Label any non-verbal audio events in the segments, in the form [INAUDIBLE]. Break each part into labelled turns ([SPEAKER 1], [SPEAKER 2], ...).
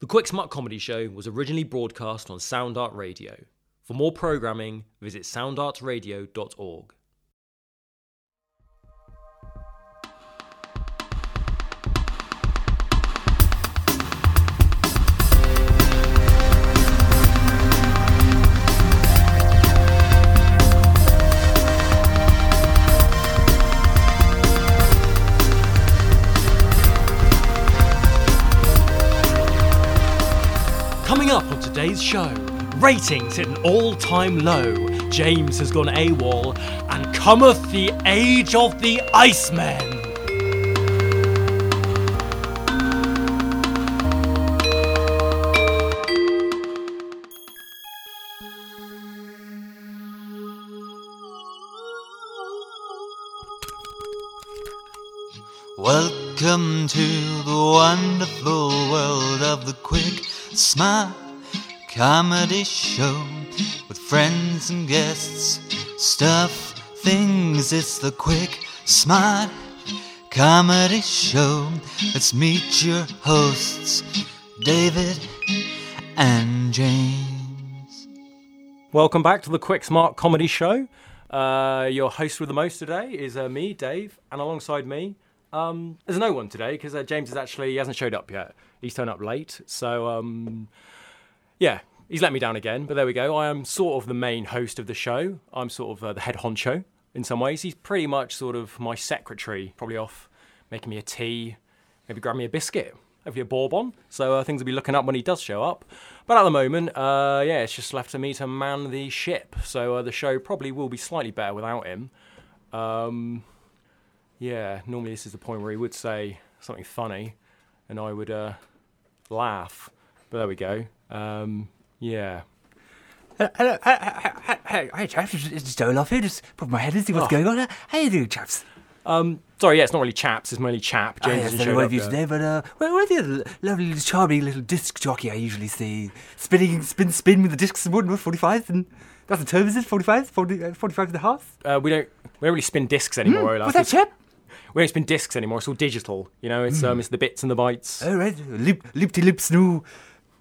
[SPEAKER 1] The Quick Smart Comedy Show was originally broadcast on SoundArt Radio. For more programming, visit soundartradio.org. Coming up on today's show, ratings hit an all time low, James has gone AWOL, and cometh the age of the Iceman.
[SPEAKER 2] Welcome to the wonderful world of the quick, smart comedy show with friends and guests, stuff, things. It's the quick, smart comedy show. Let's meet your hosts, David and James.
[SPEAKER 1] Welcome back to the Quick Smart Comedy Show. Uh, your host with the most today is uh, me, Dave, and alongside me, um, there's no one today because uh, James is actually he hasn't showed up yet. He's turned up late, so um, yeah, he's let me down again. But there we go. I am sort of the main host of the show. I'm sort of uh, the head honcho in some ways. He's pretty much sort of my secretary, probably off making me a tea, maybe grab me a biscuit, hopefully a bourbon. So uh, things will be looking up when he does show up. But at the moment, uh, yeah, it's just left to me to man the ship. So uh, the show probably will be slightly better without him. Um, yeah, normally this is the point where he would say something funny, and I would uh, laugh. But there we go. Um, yeah.
[SPEAKER 3] Hello, hi, hi, hi, hi, hi, chaps. It's it's just Olaf here. Just put my head in, see
[SPEAKER 1] Oh.
[SPEAKER 3] what's going on. How you doing, chaps?
[SPEAKER 1] Um, Sorry, yeah, it's not really chaps. It's mainly chap.
[SPEAKER 3] I
[SPEAKER 1] James
[SPEAKER 3] don't
[SPEAKER 1] hasn't
[SPEAKER 3] know
[SPEAKER 1] showed
[SPEAKER 3] one
[SPEAKER 1] up
[SPEAKER 3] of you
[SPEAKER 1] yet.
[SPEAKER 3] today, but uh, where, where are the other lovely, little charming little disc jockey I usually see spinning, spin, spin with the discs and whatnot, 45s and that's the term, is it? 45s, 40, uh, 45 and a half.
[SPEAKER 1] Uh, we don't. We don't really spin discs anymore. Olaf.
[SPEAKER 3] What's Hmm, that,
[SPEAKER 1] It's-
[SPEAKER 3] chap? Hmm.
[SPEAKER 1] we don't spin discs anymore. It's all digital. You know, it's um, it's the bits and the bytes.
[SPEAKER 3] Oh right, loop, loop, de loop, snoo.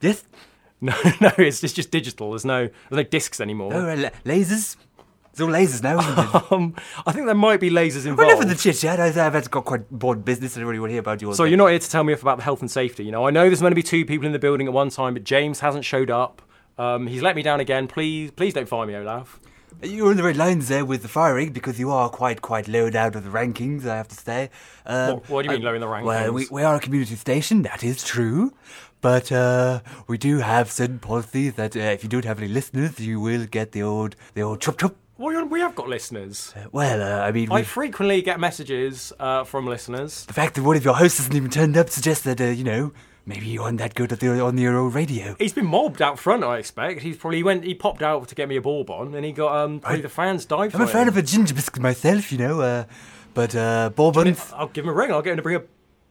[SPEAKER 3] Yes.
[SPEAKER 1] [LAUGHS] No, no, it's just, just digital. There's no there's no discs anymore.
[SPEAKER 3] Oh right, la- lasers. It's all lasers
[SPEAKER 1] [LAUGHS]
[SPEAKER 3] now. Isn't it?
[SPEAKER 1] Um, I think there might be lasers involved.
[SPEAKER 3] well, enough of the chit chat. I've I've got quite bored business. I don't really want to hear about yours.
[SPEAKER 1] So you're not here to tell me off about the health and safety. You know, I know there's going to be two people in the building at one time, but James hasn't showed up. Um, he's let me down again. Please, please don't fire me, Olaf.
[SPEAKER 3] You're in the red lines there with the firing because you are quite, quite low down of the rankings, I have to say. Um,
[SPEAKER 1] What- what do you mean low in the
[SPEAKER 3] Well,
[SPEAKER 1] rankings?
[SPEAKER 3] we, we are a community station, that is true. But uh, we do have certain policies that uh, if you don't have any listeners, you will get the old, the old chop chop.
[SPEAKER 1] Well, you're- we have got listeners.
[SPEAKER 3] Well, uh, I mean,
[SPEAKER 1] I
[SPEAKER 3] we,
[SPEAKER 1] frequently get messages uh, from listeners.
[SPEAKER 3] the fact that one of your hosts hasn't even turned up suggests that, uh, you know, maybe you aren't that good at the, on your old radio.
[SPEAKER 1] He's been mobbed out front, I expect. He's probably he went. He popped out to get me a bourbon, and he got um. Probably the fans died for
[SPEAKER 3] I'm a fan
[SPEAKER 1] him.
[SPEAKER 3] of a ginger biscuit myself, you know, uh, but uh, bourbons.
[SPEAKER 1] I'll give him a ring. I'll get him to bring a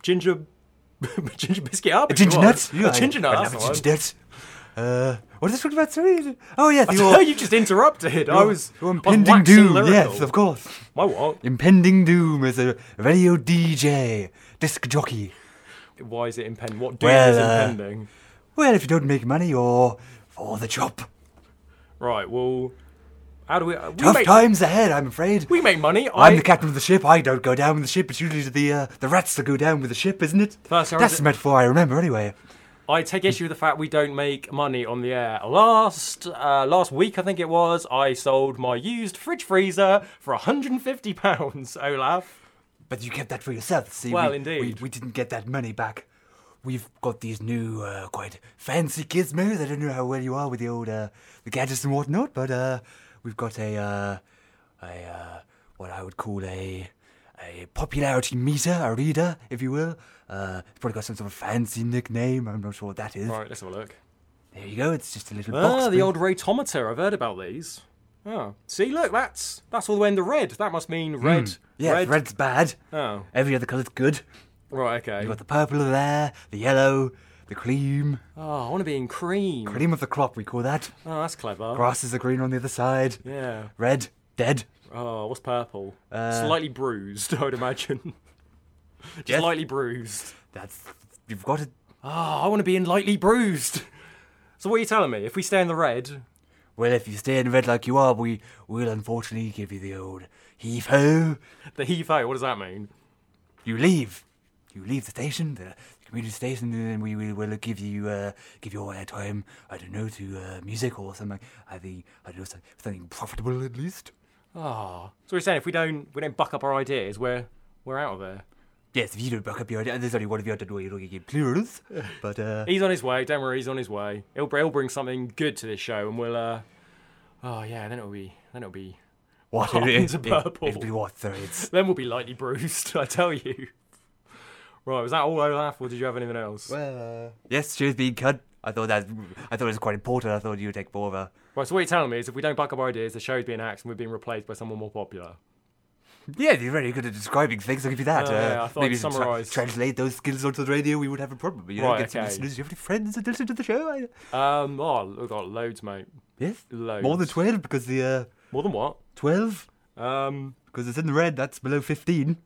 [SPEAKER 1] ginger, [LAUGHS] ginger biscuit up.
[SPEAKER 3] A ginger nut?
[SPEAKER 1] A ginger nut.
[SPEAKER 3] I
[SPEAKER 1] that's
[SPEAKER 3] love
[SPEAKER 1] the [LAUGHS]
[SPEAKER 3] a
[SPEAKER 1] one.
[SPEAKER 3] ginger nut. Uh, what is this talking about? Sorry. Oh, yes.
[SPEAKER 1] No, you just interrupted. I was
[SPEAKER 3] your
[SPEAKER 1] I was
[SPEAKER 3] impending
[SPEAKER 1] waxing
[SPEAKER 3] doom.
[SPEAKER 1] lyrical.
[SPEAKER 3] Yes, of course.
[SPEAKER 1] My what?
[SPEAKER 3] Impending doom as a radio DJ, disc jockey.
[SPEAKER 1] Why is it impending? What doom
[SPEAKER 3] Well,
[SPEAKER 1] is
[SPEAKER 3] uh,
[SPEAKER 1] impending?
[SPEAKER 3] Well, if you don't make money, or for the chop.
[SPEAKER 1] Right. Well, how do we? uh, We
[SPEAKER 3] Tough
[SPEAKER 1] make,
[SPEAKER 3] times ahead, I'm afraid.
[SPEAKER 1] we make money.
[SPEAKER 3] I'm
[SPEAKER 1] I-
[SPEAKER 3] the captain of the ship. I don't go down with the ship. It's usually the uh, the rats that go down with the ship, isn't it?
[SPEAKER 1] First, I
[SPEAKER 3] That's
[SPEAKER 1] was-
[SPEAKER 3] the metaphor I remember, anyway.
[SPEAKER 1] I take issue with the fact we don't make money on the air. Last uh, last week, I think it was, I sold my used fridge freezer for 150 pounds. [LAUGHS] Olaf,
[SPEAKER 3] But you kept that for yourself. See,
[SPEAKER 1] Well,
[SPEAKER 3] we,
[SPEAKER 1] indeed.
[SPEAKER 3] we, we didn't get that money back. We've got these new, uh, quite fancy gizmos. I don't know how well you are with the old uh, the gadgets and whatnot, but uh, we've got a uh, a uh, what I would call a a popularity meter, a reader, if you will. Uh, it's probably got some sort of fancy nickname. I'm not sure what that is.
[SPEAKER 1] right, let's have a look.
[SPEAKER 3] There you go. It's just a little box.
[SPEAKER 1] Ah, the
[SPEAKER 3] with-
[SPEAKER 1] old rotometer. I've heard about these. Oh, see, look, that's that's all the way in the red. That must mean red.
[SPEAKER 3] yeah,
[SPEAKER 1] Hmm. red.
[SPEAKER 3] red's bad.
[SPEAKER 1] Oh,
[SPEAKER 3] Every other colour's good.
[SPEAKER 1] right, okay.
[SPEAKER 3] You've got the purple there, the yellow, the cream.
[SPEAKER 1] Oh, I want to be in cream.
[SPEAKER 3] Cream of the crop, we call that.
[SPEAKER 1] Oh, that's clever.
[SPEAKER 3] Grasses are green on the other side.
[SPEAKER 1] Yeah.
[SPEAKER 3] Red, dead.
[SPEAKER 1] Oh, what's purple? Slightly [LAUGHS] bruised, I would imagine. Just
[SPEAKER 3] Yes.
[SPEAKER 1] Slightly bruised.
[SPEAKER 3] That's you've got it.
[SPEAKER 1] Ah, I want to be in lightly bruised. So what are you telling me? If we stay in the red,
[SPEAKER 3] Well, if you stay in red like you are, we will unfortunately give you the old heave ho.
[SPEAKER 1] the heave ho, what does that mean?
[SPEAKER 3] You leave. You leave the station, the community station, and then we will, will give you uh, give your airtime. I don't know to uh, music or something. I think I don't know something, something profitable at least.
[SPEAKER 1] Ah. So we're saying if we don't we don't buck up our ideas, we're we're out of there.
[SPEAKER 3] Yes, if you don't back up your idea, there's only one of you. I don't know you're looking at plurals, but uh,
[SPEAKER 1] He's on his way. Don't worry, he's on his way. He'll, he'll bring something good to this show, and we'll. uh Oh yeah, then it'll be then it'll be
[SPEAKER 3] what
[SPEAKER 1] Hot
[SPEAKER 3] it-
[SPEAKER 1] into
[SPEAKER 3] it-
[SPEAKER 1] purple.
[SPEAKER 3] It'll be what? Sorry, it's
[SPEAKER 1] then we'll be lightly [LAUGHS] bruised. I tell you. Right, was that all Olaf, or did you have anything else?
[SPEAKER 3] well. Uh... Yes, she was being cut. I thought that I thought it was quite important. I thought you'd take more of a
[SPEAKER 1] Right, so what you're telling me is if we don't back up our ideas, the show's being axed and we're being replaced by someone more popular.
[SPEAKER 3] Yeah, you're very good at describing things. I'll give you that.
[SPEAKER 1] Oh,
[SPEAKER 3] Uh,
[SPEAKER 1] yeah, I thought
[SPEAKER 3] maybe
[SPEAKER 1] I'd
[SPEAKER 3] if you tra-
[SPEAKER 1] summarise.
[SPEAKER 3] translate those skills onto the radio, we would have a problem. You know,
[SPEAKER 1] Right,
[SPEAKER 3] get some
[SPEAKER 1] okay.
[SPEAKER 3] listeners. You have any friends that listen to the show? I...
[SPEAKER 1] Um, oh, we've got loads, mate.
[SPEAKER 3] Yes,
[SPEAKER 1] Loads.
[SPEAKER 3] more than twelve because the uh,
[SPEAKER 1] More than what?
[SPEAKER 3] twelve
[SPEAKER 1] Um,
[SPEAKER 3] because it's in the red. That's below fifteen.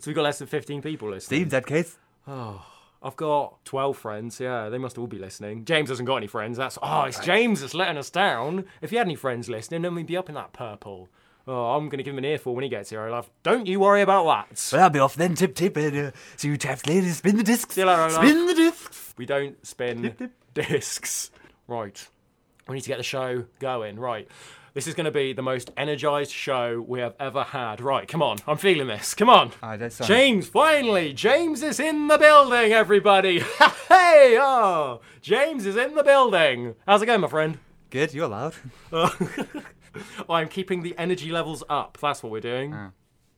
[SPEAKER 1] so we've got less than 15 people listening.
[SPEAKER 3] Seems that case.
[SPEAKER 1] Oh, I've got 12 friends. Yeah, they must all be listening. James hasn't got any friends. That's oh, it's James that's letting us down. If he had any friends listening, then we'd be up in that purple. Oh, I'm gonna give him an earful when he gets here. I love. Don't you worry about that.
[SPEAKER 3] Well, I'll be off then. Tip tip. And, uh, so you taps later. Spin the discs.
[SPEAKER 1] See you later, Olaf.
[SPEAKER 3] spin the discs.
[SPEAKER 1] We don't spin [LAUGHS] discs. Right. We need to get the show going. Right. This is going to be the most energized show we have ever had. Right, come on. I'm feeling this. Come on.
[SPEAKER 3] Alright, that's fine.
[SPEAKER 1] James, finally. James is in the building, everybody. [LAUGHS] hey, oh. James is in the building. How's it going, my
[SPEAKER 3] [LAUGHS]
[SPEAKER 1] friend?
[SPEAKER 3] Good. You're loud.
[SPEAKER 1] Uh, I'm keeping the energy levels up. That's what we're doing.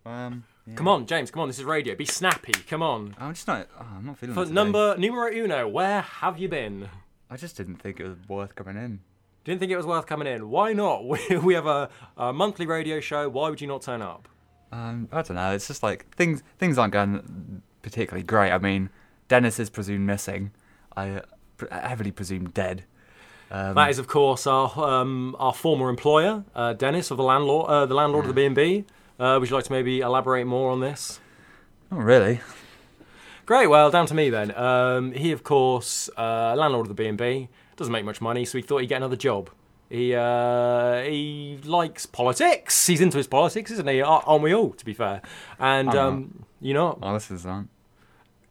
[SPEAKER 3] Um, yeah.
[SPEAKER 1] Come on, James. Come on. This is radio. Be snappy. Come on.
[SPEAKER 3] I'm just not. Oh, I'm not feeling. it
[SPEAKER 1] But
[SPEAKER 3] today.
[SPEAKER 1] number numero uno, where have you been?
[SPEAKER 3] I just didn't think it was worth coming in.
[SPEAKER 1] Didn't think it was worth coming in. Why not? [LAUGHS] We, we have a, a monthly radio show. Why would you not turn up?
[SPEAKER 3] Um, I don't know. It's just like things things aren't going particularly great. I mean, Dennis is presumed missing. I uh, pre- heavily presumed dead. Um,
[SPEAKER 1] That is, of course, our um, our former employer, uh, Dennis of the landlord, uh, the landlord of the B and B. Uh, Would you like to maybe elaborate more on this?
[SPEAKER 3] not really.
[SPEAKER 1] Great. Well, down to me then. Um, he, of course, uh, landlord of the B and B, doesn't make much money, so he thought he'd get another job. He uh, he likes politics. He's into his politics, isn't he? Ar- Aren't we all? To be fair, and
[SPEAKER 3] I'm
[SPEAKER 1] um, you know,
[SPEAKER 3] Oh, this is on.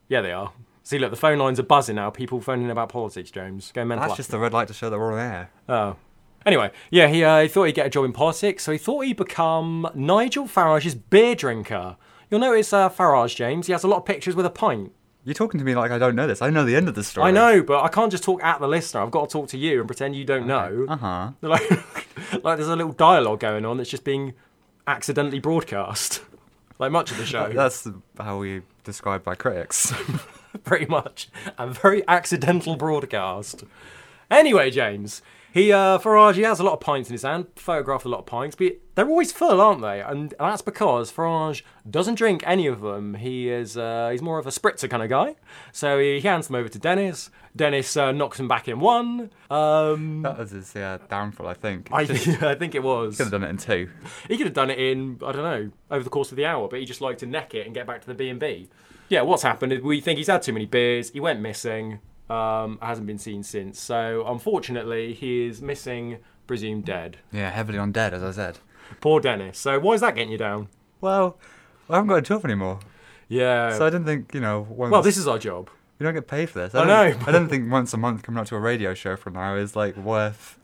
[SPEAKER 1] yeah, they are. See, look, the phone lines are buzzing now. People phoning about politics, James. Go mental.
[SPEAKER 3] That's just the red light to show that we're on air.
[SPEAKER 1] Oh. Anyway, yeah, he, uh, he thought he'd get a job in politics, so he thought he'd become Nigel Farage's beer drinker. You'll notice uh, Farage, James, he has a lot of pictures with a pint.
[SPEAKER 3] You're talking to me like I don't know this. I know the end of the story.
[SPEAKER 1] I know, but I can't just talk at the listener. I've got to talk to you and pretend you don't know.
[SPEAKER 3] Uh huh.
[SPEAKER 1] Like, [LAUGHS] like there's a little dialogue going on that's just being accidentally broadcast. [LAUGHS] Like much of the show,
[SPEAKER 3] That's how we described by critics. [LAUGHS]
[SPEAKER 1] [LAUGHS] pretty much. A very accidental broadcast. Anyway, James, he uh, Farage he has a lot of pints in his hand. Photographed a lot of pints, but they're always full, aren't they? And that's because Farage doesn't drink any of them. He is uh, he's more of a spritzer kind of guy. So he, he hands them over to Dennis. Dennis uh, knocks him back in one. Um,
[SPEAKER 3] that was his yeah, downfall, I think.
[SPEAKER 1] I, [LAUGHS]
[SPEAKER 3] He [LAUGHS] could
[SPEAKER 1] I think it was.
[SPEAKER 3] have done it in two.
[SPEAKER 1] He could have done it in I don't know over the course of the hour, but he just liked to neck it and get back to the B and B. Yeah, what's happened? is We think he's had too many beers. He went missing. Um, hasn't been seen since. So unfortunately, he is missing, presumed dead.
[SPEAKER 3] Yeah, heavily on dead, as I said.
[SPEAKER 1] Poor Dennis. So why is that getting you down?
[SPEAKER 3] Well, I haven't got a job anymore,
[SPEAKER 1] Yeah.
[SPEAKER 3] so I didn't think you know. Once...
[SPEAKER 1] Oh. well, this is our job.
[SPEAKER 3] You don't get paid for this.
[SPEAKER 1] I
[SPEAKER 3] don't-
[SPEAKER 1] know.
[SPEAKER 3] I don't think once a month coming up to a radio show from now is like worth,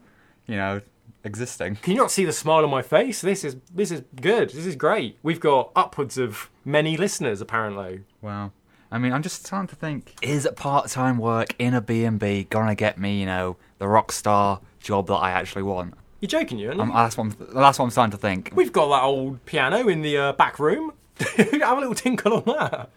[SPEAKER 3] you know, existing.
[SPEAKER 1] Can you not see the smile on my face? This is this is good. This is great. We've got upwards of many listeners apparently.
[SPEAKER 3] Wow. I mean, I'm just starting to think: is part-time work in a B&B gonna get me, you know, the rock star job that I actually want?
[SPEAKER 1] You're joking, you? aren't you?
[SPEAKER 3] Um, that's what I'm. That's what I'm starting to think.
[SPEAKER 1] We've got that old piano in the uh, back room. [LAUGHS] Have a little tinkle on that.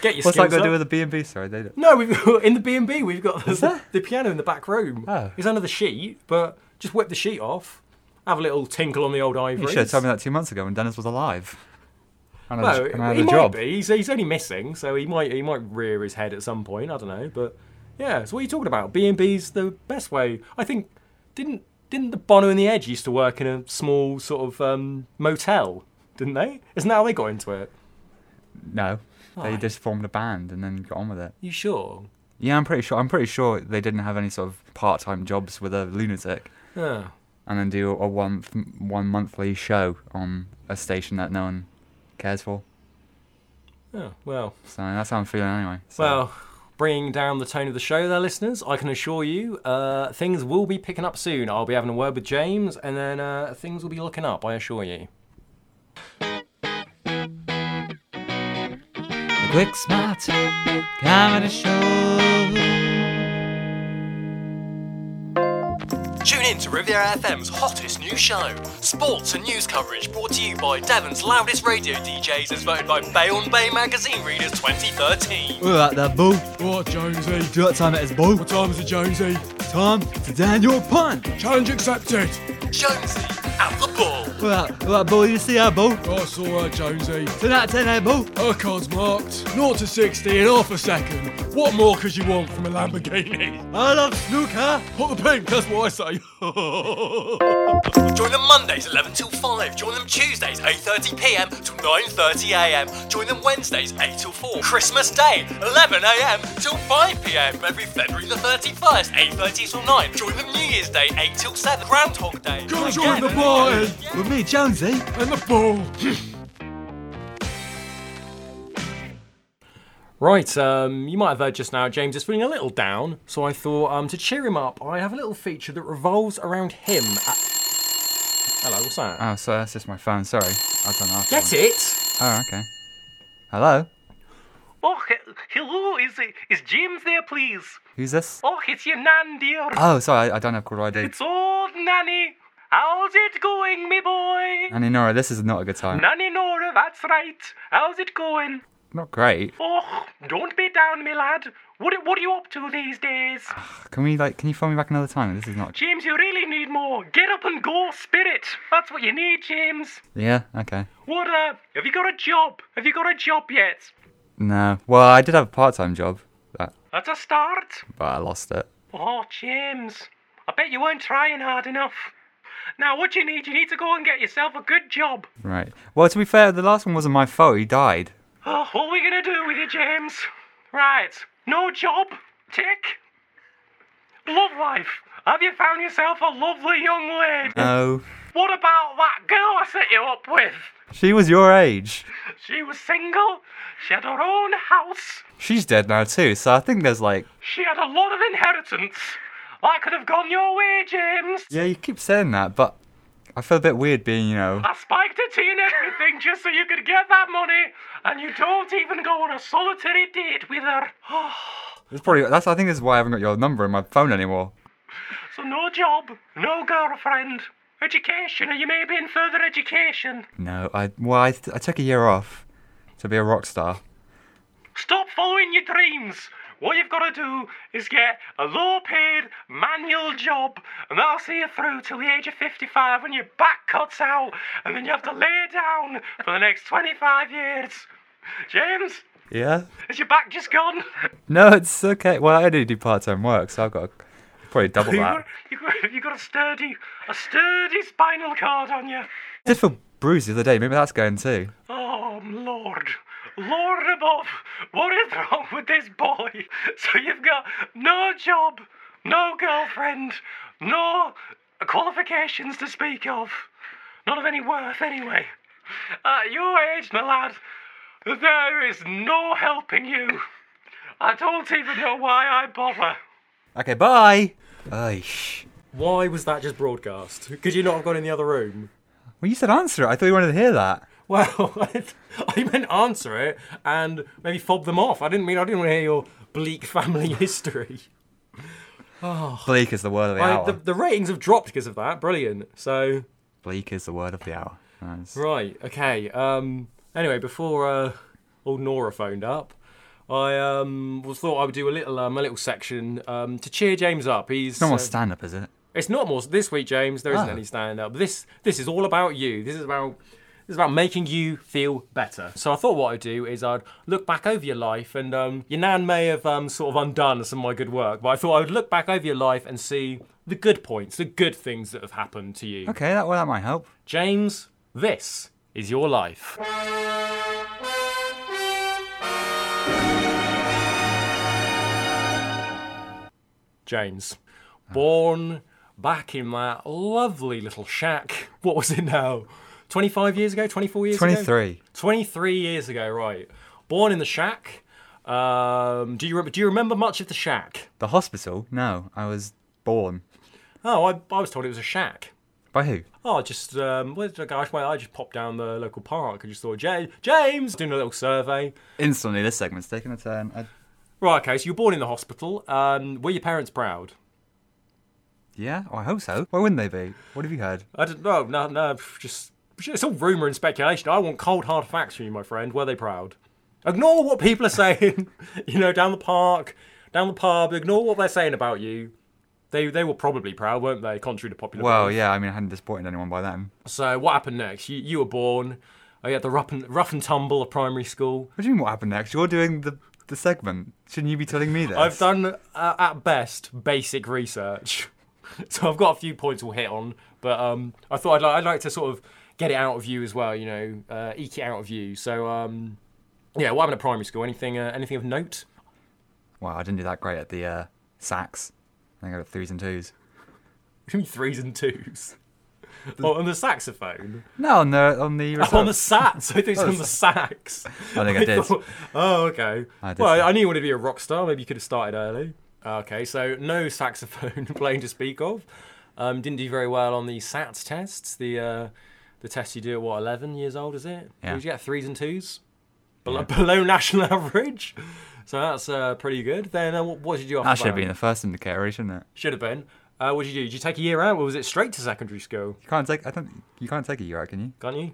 [SPEAKER 1] Get your skills
[SPEAKER 3] What's that gonna
[SPEAKER 1] up.
[SPEAKER 3] do with a B&B? Sorry, they. don't-
[SPEAKER 1] No, we've in the B and B we've got the,
[SPEAKER 3] there?
[SPEAKER 1] the piano in the back room.
[SPEAKER 3] Oh.
[SPEAKER 1] It's under the sheet, but just whip the sheet off, have a little tinkle on the old ivory.
[SPEAKER 3] You should have told me that two months ago when Dennis was alive. And I
[SPEAKER 1] No,
[SPEAKER 3] had, a- and I had
[SPEAKER 1] he
[SPEAKER 3] a
[SPEAKER 1] might
[SPEAKER 3] job.
[SPEAKER 1] be. He's, he's only missing, so he might he might rear his head at some point. I don't know, but yeah. So what are you talking about? B and B's the best way. I think didn't didn't the Bono and the Edge used to work in a small sort of um, motel, didn't they? Isn't that how they got into it?
[SPEAKER 3] No, they
[SPEAKER 1] Why?
[SPEAKER 3] just formed a band and then got on with it.
[SPEAKER 1] You sure?
[SPEAKER 3] Yeah, I'm pretty sure. I'm pretty sure they didn't have any sort of part-time jobs with a lunatic,
[SPEAKER 1] Oh.
[SPEAKER 3] and then do a one one monthly show on a station that no one cares for.
[SPEAKER 1] Oh, well.
[SPEAKER 3] So that's how I'm feeling anyway. So.
[SPEAKER 1] Well, bringing down the tone of the show there, listeners, I can assure you uh, things will be picking up soon. I'll be having a word with James, and then uh, things will be looking up, I assure you.
[SPEAKER 3] the quick smart
[SPEAKER 4] Comedy show.
[SPEAKER 5] Tune in to Riviera FM's hottest new show. Sports and news coverage brought to you by Devon's loudest radio DJs as voted by Bay on Bay magazine readers 2013.
[SPEAKER 4] We're at that boo.
[SPEAKER 6] What, Jonesy?
[SPEAKER 4] Do you know what time it is, boo?
[SPEAKER 6] What time is it, Jonesy?
[SPEAKER 4] Time to Daniel Punt.
[SPEAKER 6] Challenge accepted.
[SPEAKER 5] Jonesy at the ball.
[SPEAKER 4] We're at, we're at boo. You see our boo?
[SPEAKER 6] Oh, I saw her, Jonesy.
[SPEAKER 4] Tonight, tonight, boo.
[SPEAKER 6] Her card's marked. 0 to 60 in half a second. What more could you want from a Lamborghini? [LAUGHS]
[SPEAKER 4] I love snooker.
[SPEAKER 6] Hot the pink, that's what I [LAUGHS] say.
[SPEAKER 5] Join them Mondays 11 till 5. Join them Tuesdays 8:30 p.m. till 9:30 a.m. Join them Wednesdays 8 till 4. Christmas Day 11 a.m. till 5 p.m. Every February the 31st 8:30 till 9. Join them New Year's Day 8 till 7. Groundhog Day.
[SPEAKER 6] Go
[SPEAKER 5] again
[SPEAKER 6] join the
[SPEAKER 5] and
[SPEAKER 6] party.
[SPEAKER 4] With me, Jonesy.
[SPEAKER 6] And the ball.
[SPEAKER 1] Right, um, you might have heard just now James is feeling a little down, so I thought um, to cheer him up, I have a little feature that revolves around him. At... Hello, what's that?
[SPEAKER 3] Oh, so that's just my phone. Sorry, I don't know.
[SPEAKER 1] Get it?
[SPEAKER 3] Oh, okay. Hello,
[SPEAKER 7] Oh, he- hello, is, is James there, please?
[SPEAKER 3] who's this?
[SPEAKER 7] Oh, it's your nan, dear.
[SPEAKER 3] Oh, sorry, I, I don't have caller ID.
[SPEAKER 7] It's old Nanny. How's it going, me boy?
[SPEAKER 3] Nanny Nora, this is not a good time.
[SPEAKER 7] Nanny Nora, that's right. How's it going?
[SPEAKER 3] Not great.
[SPEAKER 7] Oh, don't be down, me lad. What, what are you up to these days?
[SPEAKER 3] Can we like? Can you phone me back another time? This is not.
[SPEAKER 7] James, you really need more. Get up and go, spirit. That's what you need, James.
[SPEAKER 3] Yeah. Okay.
[SPEAKER 7] What, uh, have you got a job? Have you got a job yet?
[SPEAKER 3] No. Well, I did have a part-time job, but,
[SPEAKER 7] That's a start.
[SPEAKER 3] but I lost it.
[SPEAKER 7] Oh, James, I bet you weren't trying hard enough. Now, what you need, you need to go and get yourself a good job.
[SPEAKER 3] Right. Well, to be fair, the last one wasn't my fault. He died.
[SPEAKER 7] Oh, what are we gonna do with you, James? Right, no job, tick. Love life. Have you found yourself a lovely young lady?
[SPEAKER 3] No.
[SPEAKER 7] What about that girl I set you up with?
[SPEAKER 3] She was your age.
[SPEAKER 7] She was single, she had her own house,
[SPEAKER 3] She's dead now too. So I think there's like.
[SPEAKER 7] she had a lot of inheritance. That could have gone your way, James.
[SPEAKER 3] Yeah, you keep saying that, but I feel a bit weird being, you know.
[SPEAKER 7] I spiked a tea and everything just so you could get that money, and you don't even go on a solitary date with her. Oh.
[SPEAKER 3] It's probably that's. I think this is why I haven't got your number in my phone anymore.
[SPEAKER 7] So no job, no girlfriend, education, or you may be in further education.
[SPEAKER 3] No. I well, I, I took a year off to be a rock star.
[SPEAKER 7] Stop following your dreams. What you've got to do is get a low-paid manual job, and that'll see you through till the age of 55 when your back cuts out, and then you have to lay down for the next 25 years. James,
[SPEAKER 3] Yeah.
[SPEAKER 7] is your back just gone?
[SPEAKER 3] No, it's okay. Well, I only do part-time work, so I've got probably double
[SPEAKER 7] You
[SPEAKER 3] that.
[SPEAKER 7] got, you got, you got a sturdy, a sturdy spinal cord on you.
[SPEAKER 3] I did feel bruised the other day. Maybe that's going too.
[SPEAKER 7] Oh, Lord. Lord above, what is wrong with this boy? [LAUGHS] So you've got no job, no girlfriend, no qualifications to speak of. None of any worth, anyway. At your age, my lad, there is no helping you. I don't even know why I bother.
[SPEAKER 3] Okay, bye. Aish.
[SPEAKER 1] Why was that just broadcast? Could you not have gone in the other room?
[SPEAKER 3] Well, you said answer it. I thought you wanted to hear that.
[SPEAKER 1] [LAUGHS] Well, I, I meant answer it and maybe fob them off. I didn't mean I didn't want to hear your bleak [LAUGHS] family history.
[SPEAKER 3] Bleak is the word of the
[SPEAKER 1] I,
[SPEAKER 3] hour.
[SPEAKER 1] the, the ratings have dropped because of that. Brilliant. So
[SPEAKER 3] Bleak is the word of the hour. Nice.
[SPEAKER 1] right, okay. Um, anyway, before uh, old Nora phoned up, I um, was thought I would do a little um, a little section um, to cheer James up. He's
[SPEAKER 3] No more
[SPEAKER 1] uh,
[SPEAKER 3] stand up, is it?
[SPEAKER 1] It's not more this week, James. There isn't
[SPEAKER 3] Oh.
[SPEAKER 1] any stand up. This this is all about you. This is about this is about making you feel better. So I thought what I'd do is I'd look back over your life, and um, your nan may have um, sort of undone some of my good work, but I thought I would look back over your life and see the good points, the good things that have happened to you.
[SPEAKER 3] Okay, that well, that might help.
[SPEAKER 1] James, this is your life. James. Born back in that lovely little shack. What was it now? 25 years ago? 24 years ago?
[SPEAKER 3] 23.
[SPEAKER 1] 23 years ago, right. Born in the shack. Um, do, you re- do you remember much of the shack?
[SPEAKER 3] The hospital? No, I was born.
[SPEAKER 1] Oh, I, I was told it was a shack.
[SPEAKER 3] By who?
[SPEAKER 1] Oh, just um, where did I go? I just went- I just popped down the local park and just thought, "Ja- James, doing a little survey.
[SPEAKER 3] Instantly, this segment's taking a turn. I,
[SPEAKER 1] Right, okay, so you were born in the hospital. Um, were your parents proud?
[SPEAKER 3] yeah, well, I hope so. Why wouldn't they be? What have you heard?
[SPEAKER 1] I don't know. No, no, just it's all rumor and speculation. I want cold hard facts from you, my friend. Were they proud? Ignore what people are [LAUGHS] saying. you know, down the park, down the pub. Ignore what they're saying about you. They they were probably proud, weren't they? Contrary to popular.
[SPEAKER 3] Well,
[SPEAKER 1] belief.
[SPEAKER 3] yeah, I mean, I hadn't disappointed anyone by then.
[SPEAKER 1] So what happened next? You you were born. Oh yeah, the rough and rough and tumble of primary school.
[SPEAKER 3] What do you mean what happened next? You're doing the, the segment. Shouldn't you be telling me this?
[SPEAKER 1] I've done uh, at best basic research, [LAUGHS] so I've got a few points we'll hit on. But um, I thought I'd, li- I'd like to sort of get it out of you as well, you know, uh, eke it out of you. So um, yeah, what happened at primary school? Anything uh, anything of note? [LAUGHS]
[SPEAKER 3] Well, I didn't do that great at the uh, sacks. I think I got threes and twos.
[SPEAKER 1] Threes and twos. Oh, on the saxophone.
[SPEAKER 3] No, on the on the
[SPEAKER 1] [LAUGHS]
[SPEAKER 3] results.
[SPEAKER 1] on the sats. I think it's on the sax.
[SPEAKER 3] Oh. I think
[SPEAKER 1] [LAUGHS]
[SPEAKER 3] I did.
[SPEAKER 1] thought- oh, okay.
[SPEAKER 3] I did
[SPEAKER 1] well,
[SPEAKER 3] say-
[SPEAKER 1] I knew you wanted to be a rock star. Maybe you could have started early. Uh, Okay, so no saxophone [LAUGHS] playing to speak of. Um, didn't do very well on the SATs tests. The uh, the test you do at what eleven years old is it?
[SPEAKER 3] Yeah.
[SPEAKER 1] Did you get threes and twos? Below, [LAUGHS] below national average. So that's uh, pretty good. Then uh, what, what did you do after
[SPEAKER 3] That should have been the first indicator, really, shouldn't it?
[SPEAKER 1] Should have been. Uh, what did you do? Did you take a year out, or was it straight to secondary school?
[SPEAKER 3] You can't take. I don't. You can't take a year out, can you?
[SPEAKER 1] Can't you?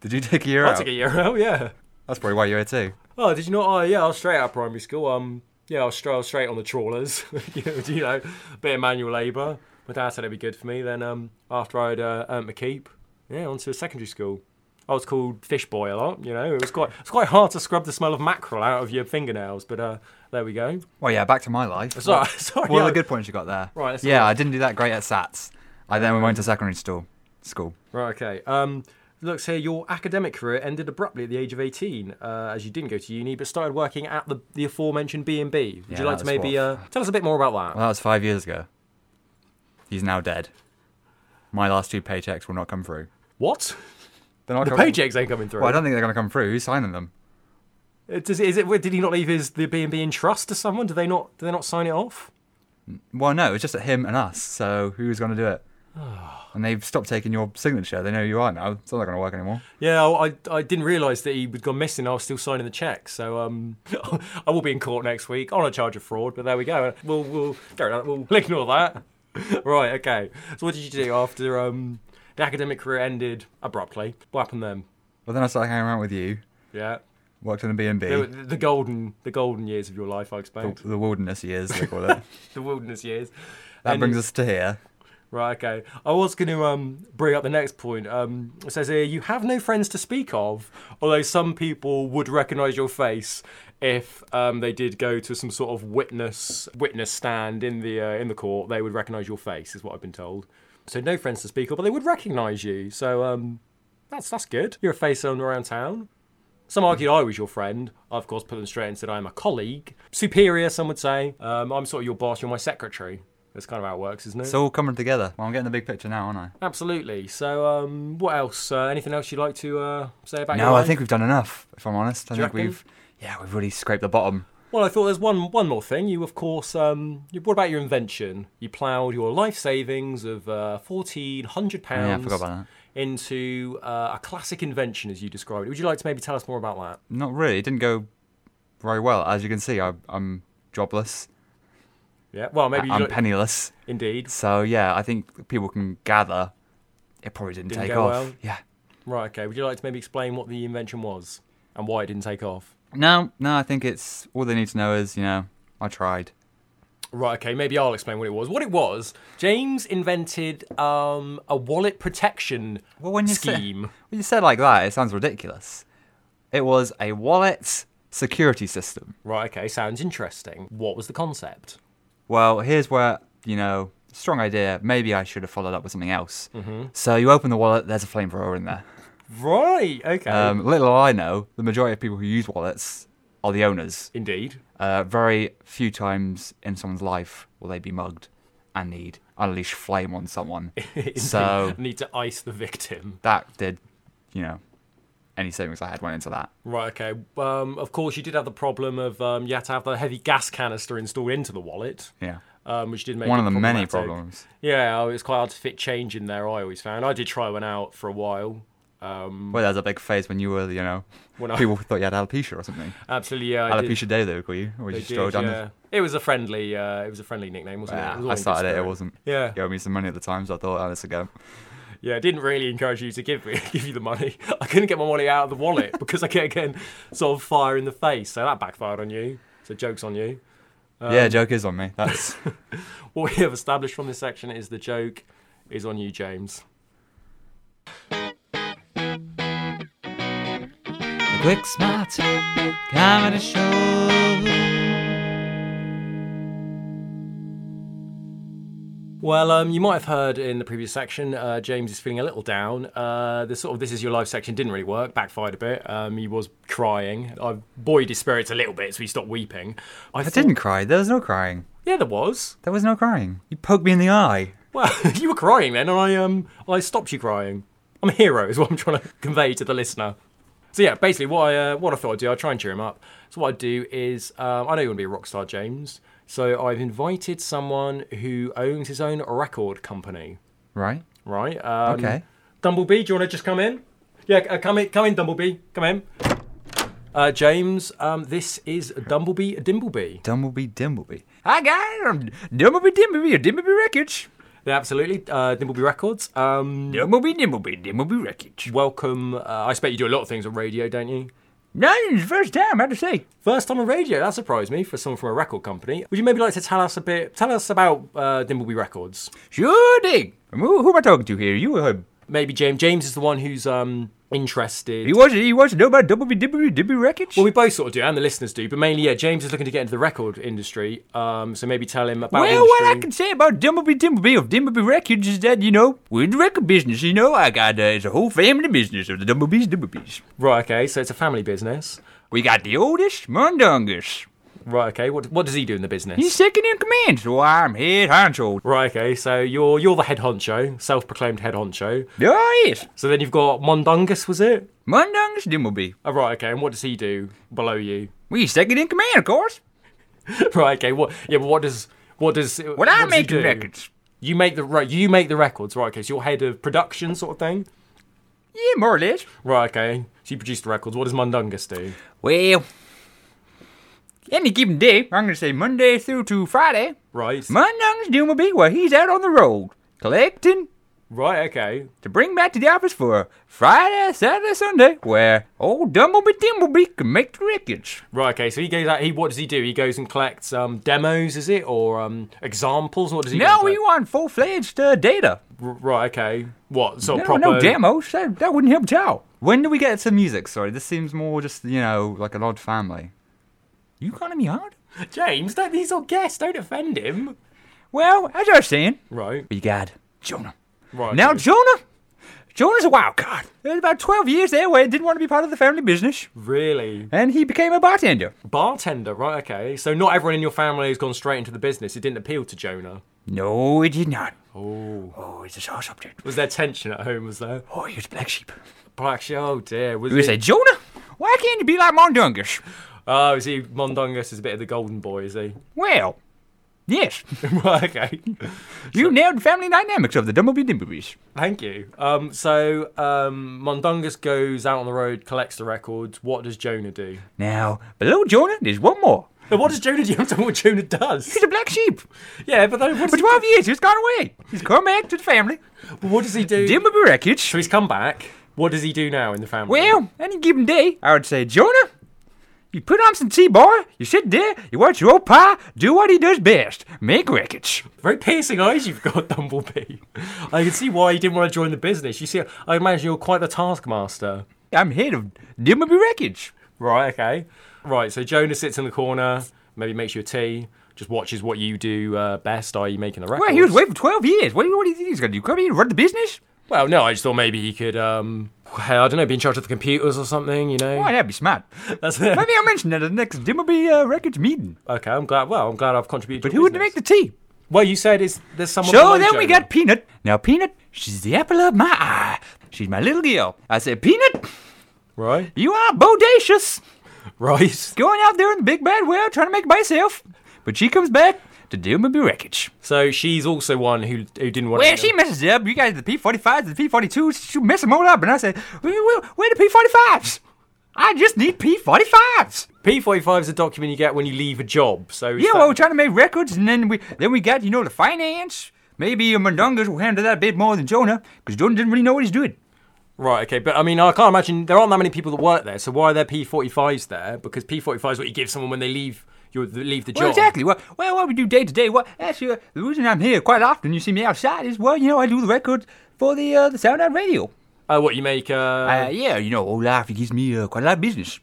[SPEAKER 3] Did you take a year
[SPEAKER 1] I
[SPEAKER 3] out?
[SPEAKER 1] took a year out. [LAUGHS] Yeah.
[SPEAKER 3] That's probably why you're here too.
[SPEAKER 1] Oh, did you not? Oh, yeah, I was straight out of primary school. Um, yeah, I was straight, I was straight on the trawlers. [LAUGHS] you, know, you know, bit of manual labour. My dad said it'd be good for me. Then um, after I'd uh, earned my keep, yeah, onto a secondary school. I was called fish boy a lot. You know, it was quite it's quite hard to scrub the smell of mackerel out of your fingernails. But uh, there we go. [LAUGHS]
[SPEAKER 3] Well, yeah. Back to my life.
[SPEAKER 1] Sorry,
[SPEAKER 3] What-
[SPEAKER 1] sorry.
[SPEAKER 3] What are
[SPEAKER 1] yeah.
[SPEAKER 3] the good points you got there?
[SPEAKER 1] Right, let's have a
[SPEAKER 3] Yeah,
[SPEAKER 1] look.
[SPEAKER 3] I didn't do that great at SATs. I then went to secondary school. School.
[SPEAKER 1] Right, okay. Um, looks here, your academic career ended abruptly at the age of 18, uh, as you didn't go to uni, but started working at the, the aforementioned B&B. Would
[SPEAKER 3] Yeah,
[SPEAKER 1] you like to
[SPEAKER 3] that was
[SPEAKER 1] maybe
[SPEAKER 3] what-
[SPEAKER 1] uh, tell us a bit more about that?
[SPEAKER 3] Well, that was five years ago. He's now dead. My last two paychecks will not come through.
[SPEAKER 1] what?
[SPEAKER 3] They're not
[SPEAKER 1] The
[SPEAKER 3] coming-
[SPEAKER 1] paychecks ain't coming through.
[SPEAKER 3] Well, I don't think they're going to come through. Who's signing them?
[SPEAKER 1] Uh, Does is it? Did he not leave his the B and B in trust to someone? Do they not? Do they not sign it off?
[SPEAKER 3] Well, no, it's just at him and us. So who's going to
[SPEAKER 1] [SIGHS]
[SPEAKER 3] do it? and they've stopped taking your signature. They know who you are now. It's not going to work anymore.
[SPEAKER 1] Yeah, I I- I didn't realise that he had gone missing. I was still signing the cheque, so um, [LAUGHS] I will be in court next week on a charge of fraud. But there we go. We'll we'll carry on. We'll [LAUGHS] ignore that. right. Okay. So what did you do after um the academic career ended abruptly? What happened then?
[SPEAKER 3] Well, then I started hanging around with you.
[SPEAKER 1] Yeah.
[SPEAKER 3] Worked in a B&B.
[SPEAKER 1] The, the golden the golden years of your life, I expect.
[SPEAKER 3] the wilderness years, they call
[SPEAKER 1] [LAUGHS]
[SPEAKER 3] it.
[SPEAKER 1] The wilderness years.
[SPEAKER 3] That
[SPEAKER 1] And-
[SPEAKER 3] brings us to here.
[SPEAKER 1] Right, okay. I was going to um, bring up the next point. Um, it says here, you have no friends to speak of, although some people would recognise your face if um, they did go to some sort of witness witness stand in the uh, in the court. They would recognise your face, is what I've been told. So no friends to speak of, but they would recognise you. So um, that's that's good. You're a face on around town. Some argued I was your friend. I, of course, put them straight and said I am a colleague, superior. Some would say um, I'm sort of your boss. You're my secretary. That's kind of how it works, isn't it?
[SPEAKER 3] It's all coming together. Well, I'm getting the big picture now, aren't I?
[SPEAKER 1] Absolutely. So, um, what else? Uh, anything else you'd like to uh, say about your
[SPEAKER 3] No, I
[SPEAKER 1] life?
[SPEAKER 3] think we've done enough, if I'm honest. I
[SPEAKER 1] Do you
[SPEAKER 3] think
[SPEAKER 1] reckon?
[SPEAKER 3] we've, yeah, we've really scraped the bottom.
[SPEAKER 1] Well, I thought there's one one more thing. You, of course, um, you, what about your invention? You ploughed your life savings of uh, fourteen hundred pounds
[SPEAKER 3] Yeah, I forgot about that.
[SPEAKER 1] into uh, a classic invention, as you described it. Would you like to maybe tell us more about that?
[SPEAKER 3] Not really. It didn't go very well. As you can see, I, I'm jobless.
[SPEAKER 1] Yeah. Well, maybe
[SPEAKER 3] I'm
[SPEAKER 1] you don't-
[SPEAKER 3] penniless.
[SPEAKER 1] indeed.
[SPEAKER 3] So, yeah, I think people can gather. It probably didn't,
[SPEAKER 1] Didn't
[SPEAKER 3] take
[SPEAKER 1] go
[SPEAKER 3] off.
[SPEAKER 1] well?
[SPEAKER 3] Yeah.
[SPEAKER 1] Right. Okay. Would you like to maybe explain what the invention was and why it didn't take off?
[SPEAKER 3] No, no, I think it's all they need to know is, you know, I tried.
[SPEAKER 1] Right, okay, maybe I'll explain what it was. What it was, James invented um, a wallet protection
[SPEAKER 3] Well, when you say-
[SPEAKER 1] scheme.
[SPEAKER 3] When you say it like that, it sounds ridiculous. It was a wallet security system.
[SPEAKER 1] Right, okay, sounds interesting. What was the concept?
[SPEAKER 3] Well, here's where, you know, strong idea. Maybe I should have followed up with something else.
[SPEAKER 1] Mm-hmm.
[SPEAKER 3] So you open the wallet, there's a flamethrower in there.
[SPEAKER 1] Right, okay.
[SPEAKER 3] Um, little I know, the majority of people who use wallets are the owners.
[SPEAKER 1] Indeed. [LAUGHS]
[SPEAKER 3] Uh, very few times in someone's life will they be mugged and need unleash flame
[SPEAKER 1] [LAUGHS]
[SPEAKER 3] on someone. so
[SPEAKER 1] Need to ice the victim.
[SPEAKER 3] that did, you know, any savings I had went into that.
[SPEAKER 1] Right, okay. Um, of course, you did have the problem of um, you had to have the heavy gas canister installed into the wallet.
[SPEAKER 3] Yeah.
[SPEAKER 1] Um, which did make
[SPEAKER 3] One
[SPEAKER 1] it
[SPEAKER 3] of the many
[SPEAKER 1] problematic.
[SPEAKER 3] problems.
[SPEAKER 1] Yeah, oh, it was quite hard to fit change in there. I always found I did try one out for a while.
[SPEAKER 3] Well, there was a big phase when you were, you know,
[SPEAKER 1] When I-
[SPEAKER 3] people thought you had alopecia or something.
[SPEAKER 1] Absolutely, yeah. I did-
[SPEAKER 3] Alopecia Day, they would call you. Or you
[SPEAKER 1] I
[SPEAKER 3] just
[SPEAKER 1] did,
[SPEAKER 3] drove down
[SPEAKER 1] yeah. It was a friendly, uh, it was a friendly nickname, wasn't it? it? was all
[SPEAKER 3] I
[SPEAKER 1] in good
[SPEAKER 3] started it, it
[SPEAKER 1] spirit.
[SPEAKER 3] wasn't.
[SPEAKER 1] Yeah. Um,
[SPEAKER 3] You owed me some money at the time, so I thought, oh, let's go.
[SPEAKER 1] Yeah, it didn't really encourage you to give me, [LAUGHS] give you the money. I couldn't get my money out of the
[SPEAKER 3] [LAUGHS]
[SPEAKER 1] wallet because I kept getting sort of fire in the face. So that backfired on you. So joke's on you.
[SPEAKER 3] yeah, joke is on me.
[SPEAKER 1] [LAUGHS]
[SPEAKER 3] That's
[SPEAKER 1] What we have established from this section is the joke is on you, James.
[SPEAKER 3] the quick smart.
[SPEAKER 4] Comedy show.
[SPEAKER 1] Well, um, you might have heard in the previous section, uh, James is feeling a little down. Uh, the sort of "This Is Your Life" section didn't really work, backfired a bit. Um, he was crying. I buoyed his spirits a little bit, so he stopped weeping.
[SPEAKER 3] I
[SPEAKER 1] thought-
[SPEAKER 3] didn't cry. There was no crying.
[SPEAKER 1] Yeah, there was.
[SPEAKER 3] There was no crying. You poked me in the eye.
[SPEAKER 1] Well, [LAUGHS] you were crying then, and I um, I stopped you crying. I'm a hero, is what I'm trying to [LAUGHS] convey to the listener. So yeah, basically, what I uh, what I thought I'd do, I'd try and cheer him up. So what I'd do is, um, I know you want to be a rock star, James. So I've invited someone who owns his own record company,
[SPEAKER 3] Right?
[SPEAKER 1] right? Um,
[SPEAKER 3] Okay.
[SPEAKER 1] Dumblebee, do you want to just come in? Yeah, uh, come in, come in, Dumblebee, come in. Uh, James, um, this is Dumblebee Dimbleby.
[SPEAKER 3] Dumbleby Dimbleby. Hi, guys. I'm Dumbleby Dimbleby of Dimbleby Wreckage.
[SPEAKER 1] Yeah, absolutely, uh, Dimbleby Records. Um,
[SPEAKER 3] Dumbleby Dimbleby Dimbleby Wreckage.
[SPEAKER 1] Welcome. Uh, I expect you do a lot of things on radio, don't you?
[SPEAKER 3] No, it's the first time, I have to say.
[SPEAKER 1] First time on radio. That surprised me for someone from a record company. Would you maybe like to tell us a bit? Tell us about uh, Dimbleby Records.
[SPEAKER 3] Sure thing. Who, who am I talking to here? You uh, or him?
[SPEAKER 1] Maybe James. James is the one who's um, interested.
[SPEAKER 3] He wants, he wants to know about Dumbleby Dimbleby Dimbleby Wreckage?
[SPEAKER 1] well, we both sort of do, and the listeners do, but mainly, yeah, James is looking to get into the record industry. Um, so maybe tell him about
[SPEAKER 3] Well,
[SPEAKER 1] industry.
[SPEAKER 3] what I can say about Dimbleby Dimbleby of Dimbleby Records is that, you know, we're in the record business, you know. I got, uh, it's a whole family business of the Dumblebees Dumblebees.
[SPEAKER 1] Right, okay, so it's a family business.
[SPEAKER 3] We got the oldest, Mundungus.
[SPEAKER 1] Right, okay, what, what does he do in the business?
[SPEAKER 3] He's second in command, so I'm head honcho.
[SPEAKER 1] Right, okay, so you're you're the head honcho, self proclaimed head honcho.
[SPEAKER 3] Oh, yes.
[SPEAKER 1] So then you've got Mondungus, was it?
[SPEAKER 3] Mundungus Dimbleby.
[SPEAKER 1] Oh, right, okay, and what does he do below you?
[SPEAKER 3] We second in command, of course.
[SPEAKER 1] Right. Okay. What? Yeah. But what does? What does?
[SPEAKER 3] Well,
[SPEAKER 1] what
[SPEAKER 3] I
[SPEAKER 1] does he
[SPEAKER 3] make the
[SPEAKER 1] do?
[SPEAKER 3] records.
[SPEAKER 1] You make the right. You make the records. Right. Okay. So you're head of production, sort of thing.
[SPEAKER 3] Yeah, more or less.
[SPEAKER 1] Right. Okay. So you produce the records. What does Mundungus do?
[SPEAKER 3] Well, any given day, I'm going to say Monday through to Friday,
[SPEAKER 1] Right.
[SPEAKER 3] Mundungus Dimbleby, well, he's out on the road collecting
[SPEAKER 1] right. Okay.
[SPEAKER 3] to bring back to the office for Friday, Saturday, Sunday, where old Dumbleby Dimbleby can make the records.
[SPEAKER 1] Right. Okay. So he goes out. He what does he do? He goes and collects um, demos, is it, or um, examples? What does he? go
[SPEAKER 3] Now
[SPEAKER 1] and
[SPEAKER 3] we want full-fledged uh, data.
[SPEAKER 1] collect? R- Right. Okay. What? So
[SPEAKER 3] No,
[SPEAKER 1] proper.
[SPEAKER 3] no demos. That, that wouldn't help at all. Oh, When do we get some music? Sorry, this seems more just, you know, like an odd family. You calling me odd?
[SPEAKER 1] James, don't, he's our guest. Don't offend him.
[SPEAKER 3] Well, as I was saying,
[SPEAKER 1] Right.
[SPEAKER 3] we got Jonah.
[SPEAKER 1] Right.
[SPEAKER 3] Now,
[SPEAKER 1] okay.
[SPEAKER 3] Jonah, Jonah's a wild card. He was about 12 years there where he didn't want to be part of the family business,
[SPEAKER 1] really,
[SPEAKER 3] and he became a bartender.
[SPEAKER 1] bartender. Right. Okay. So not everyone in your family has gone straight into the business. It didn't appeal to Jonah.
[SPEAKER 3] No, he did not. Oh. Oh, it's a sore subject.
[SPEAKER 1] Was there tension at home? Was there?
[SPEAKER 3] Oh, he was a black sheep.
[SPEAKER 1] Black sheep. Oh dear. Was
[SPEAKER 3] We say, Jonah, why can't you be like Mondungus?
[SPEAKER 1] Oh, is he Mondongus is a bit of the golden boy? Is he? [LAUGHS]
[SPEAKER 3] Well, yes,
[SPEAKER 1] Right, okay.
[SPEAKER 3] you nailed the family dynamics of the Dumbleby Dimblebees.
[SPEAKER 1] Thank you. Um, so um, Mondongus goes out on the road, collects the records. What does Jonah do?
[SPEAKER 3] Now, below Jonah, there's one more.
[SPEAKER 1] Now, what does Jonah do? [LAUGHS] I'm talking what Jonah
[SPEAKER 3] [LAUGHS]
[SPEAKER 1] does.
[SPEAKER 3] He's a black sheep.
[SPEAKER 1] Yeah, but then what
[SPEAKER 3] For
[SPEAKER 1] does,
[SPEAKER 3] 12 years, he's gone away. He's come back to the family.
[SPEAKER 1] he, what does he do?
[SPEAKER 3] Dimbleby wreckage.
[SPEAKER 1] So he's come back. What does he do now in the family?
[SPEAKER 3] Well, any given day, I would say, Jonah, you put on some tea, boy. You sit there, you watch your old pa do what he does best make wreckage.
[SPEAKER 1] very piercing eyes you've got, [LAUGHS] Dumblebee. I can see why you didn't want to join the business. You see, I imagine you're quite the taskmaster.
[SPEAKER 3] I'm head of Dimbleby wreckage.
[SPEAKER 1] Right, okay. Right, so Jonah sits in the corner, maybe makes you a tea, just watches what you do uh, best. Are you making the records?
[SPEAKER 3] Well, he was away for 12 years. What do you, what do you think he's going to do? Come here and run the business?
[SPEAKER 1] Well, no, I just thought maybe he could. Um, I don't know, be in charge of the computers or something, you know?
[SPEAKER 3] Why, that'd be smart.
[SPEAKER 1] That's it.
[SPEAKER 3] Maybe I'll mention that at the next Dimmerby uh, Records meeting.
[SPEAKER 1] Okay, I'm glad. Well, I'm glad I've contributed.
[SPEAKER 3] But
[SPEAKER 1] to
[SPEAKER 3] who
[SPEAKER 1] your
[SPEAKER 3] would
[SPEAKER 1] business.
[SPEAKER 3] make the tea?
[SPEAKER 1] Well, you said is there's someone.
[SPEAKER 3] So
[SPEAKER 1] below
[SPEAKER 3] then we
[SPEAKER 1] Jonah.
[SPEAKER 3] got Peanut. Now, Peanut, she's the apple of my eye. She's my little girl. I said, Peanut,
[SPEAKER 1] right, [LAUGHS]
[SPEAKER 3] you are bodacious.
[SPEAKER 1] right.
[SPEAKER 3] Going out there in the big bad world trying to make it by yourself. But she comes back to Dimmerby Wreckage.
[SPEAKER 1] So she's also one who who didn't want. to
[SPEAKER 3] Well, she messes up. You guys, the P45s, the P42s, she mess them all up. And I said, where, where, where the P45s? I just need P45s.
[SPEAKER 1] P45 is a document you get when you leave a job. So is
[SPEAKER 3] Yeah,
[SPEAKER 1] that-
[SPEAKER 3] well, we're trying to make records, and then we then we got you know the finance. Maybe Mundungas will handle that a bit more than Jonah, because Jonah didn't really know what he's doing.
[SPEAKER 1] right, okay, but I mean, I can't imagine there aren't that many people that work there. So why are there P45s there? Because P45 is what you give someone when they leave you leave the
[SPEAKER 3] Well,
[SPEAKER 1] job.
[SPEAKER 3] exactly. Well, well, what we do day to day. Well, actually, uh, the reason I'm here quite often, you see me outside, is well, you know, I do the records for the uh, the Sound Out Radio.
[SPEAKER 1] Uh, what you make? Uh,
[SPEAKER 3] Uh, yeah, you know, Olaf he gives me uh, quite a lot of business.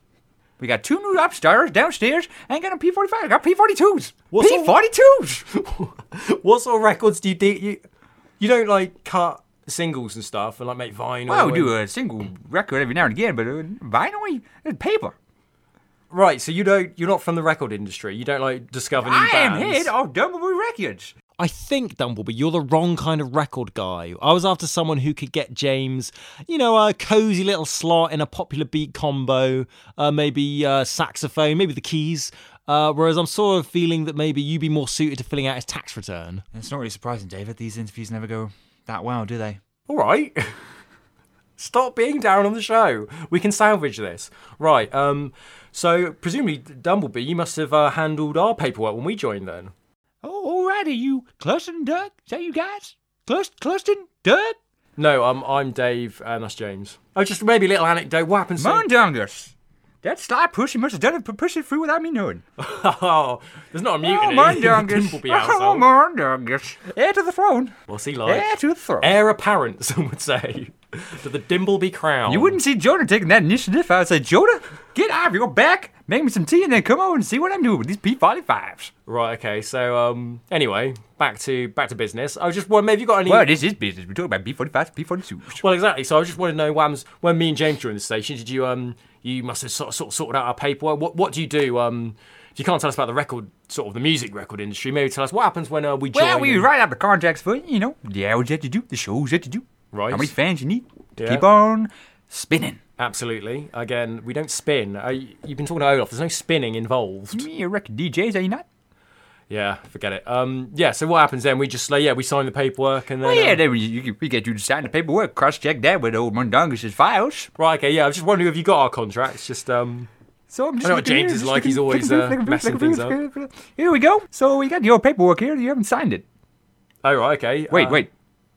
[SPEAKER 3] We got two new upstarters downstairs. I ain't got no P45. I got P42s.
[SPEAKER 1] What's all-
[SPEAKER 3] P42s.
[SPEAKER 1] what sort of records do you do? You, you don't like cut singles and stuff and like make vinyl.
[SPEAKER 3] well, we
[SPEAKER 1] and-
[SPEAKER 3] do a single record every now and again, but uh, vinyl, uh, paper.
[SPEAKER 1] Right, so you don't you're not from the record industry. You don't like discover new
[SPEAKER 3] I am
[SPEAKER 1] bands.
[SPEAKER 3] head of Dumbledore Records.
[SPEAKER 8] I think, Dumbleby, you're the wrong kind of record guy. I was after someone who could get James, you know, a cozy little slot in a popular beat combo, uh, maybe uh, saxophone, maybe the keys. Uh, whereas I'm sort of feeling that maybe you'd be more suited to filling out his tax return.
[SPEAKER 2] It's not really surprising, David. These interviews never go that well, do they?
[SPEAKER 1] All right. [LAUGHS] Stop being down on the show. We can salvage this. Right. Um. So presumably, Dumbleby, you must have uh, handled our paperwork when we joined. Then.
[SPEAKER 3] Oh, alrighty, you Cluston Doug. Is that you guys? Clust Cluston Doug?
[SPEAKER 1] No. Um. I'm Dave, and that's James. Oh, just maybe a little anecdote. What happened? so-
[SPEAKER 3] Mundungus. That sly pussy must have done it, pushed it through without me knowing.
[SPEAKER 1] oh, there's not a mutiny.
[SPEAKER 3] [LAUGHS]
[SPEAKER 1] [LAUGHS]
[SPEAKER 3] Oh, Mundungus.
[SPEAKER 1] Dumbleby
[SPEAKER 3] [LAUGHS] oh,
[SPEAKER 1] household.
[SPEAKER 3] Mundungus. Heir to the throne.
[SPEAKER 1] What's he like?
[SPEAKER 3] Heir to the throne.
[SPEAKER 1] Heir apparent, [LAUGHS] some would say, to the Dimbleby crown.
[SPEAKER 3] You wouldn't see Jonah taking that initiative. I would say, Jonah, get out of your back, make me some tea, and then come over and see what I'm doing with these P45s.
[SPEAKER 1] Right. Okay. So. Um. Anyway, back to back to business. I was just wondering, have you got any?
[SPEAKER 3] Well, this is business. We're talking about P45s, P42s.
[SPEAKER 1] Well, exactly. So I just want to know, Whams, when me and James were in the station, did you um, you must have sort of, sort of sorted out our paperwork. What what do you do? Um, if you can't tell us about the record, sort of the music record industry, maybe tell us what happens when uh, we join.
[SPEAKER 3] Well, we
[SPEAKER 1] and-
[SPEAKER 3] write out the contracts for you, you know, the hours you have to do, the shows you have to do,
[SPEAKER 1] Right.
[SPEAKER 3] how many fans you need to
[SPEAKER 1] Yeah.
[SPEAKER 3] keep on spinning.
[SPEAKER 1] Absolutely. Again, we don't spin. Uh, you've been talking to Olaf. There's no spinning involved.
[SPEAKER 3] Me, a record DJs, are you not?
[SPEAKER 1] Yeah, forget it. Um, yeah. So what happens then? We just like, yeah, we sign the paperwork and then.
[SPEAKER 3] Well,
[SPEAKER 1] uh,
[SPEAKER 3] Oh, yeah, then we, you, we get you to sign the paperwork, cross-check that with old Mundungus' files.
[SPEAKER 1] Right. Okay. Yeah. I was just wondering if you got our contracts. Just um.
[SPEAKER 3] So I'm just
[SPEAKER 1] know what
[SPEAKER 3] looking
[SPEAKER 1] James
[SPEAKER 3] here,
[SPEAKER 1] is
[SPEAKER 3] just
[SPEAKER 1] like, he's
[SPEAKER 3] looking-
[SPEAKER 1] always,
[SPEAKER 3] looking-
[SPEAKER 1] uh,
[SPEAKER 3] looking-
[SPEAKER 1] messing
[SPEAKER 3] looking-
[SPEAKER 1] things
[SPEAKER 3] looking- Here we go. So we got your paperwork here. You haven't signed it.
[SPEAKER 1] Oh right. Okay.
[SPEAKER 3] Wait,
[SPEAKER 1] uh,
[SPEAKER 3] wait.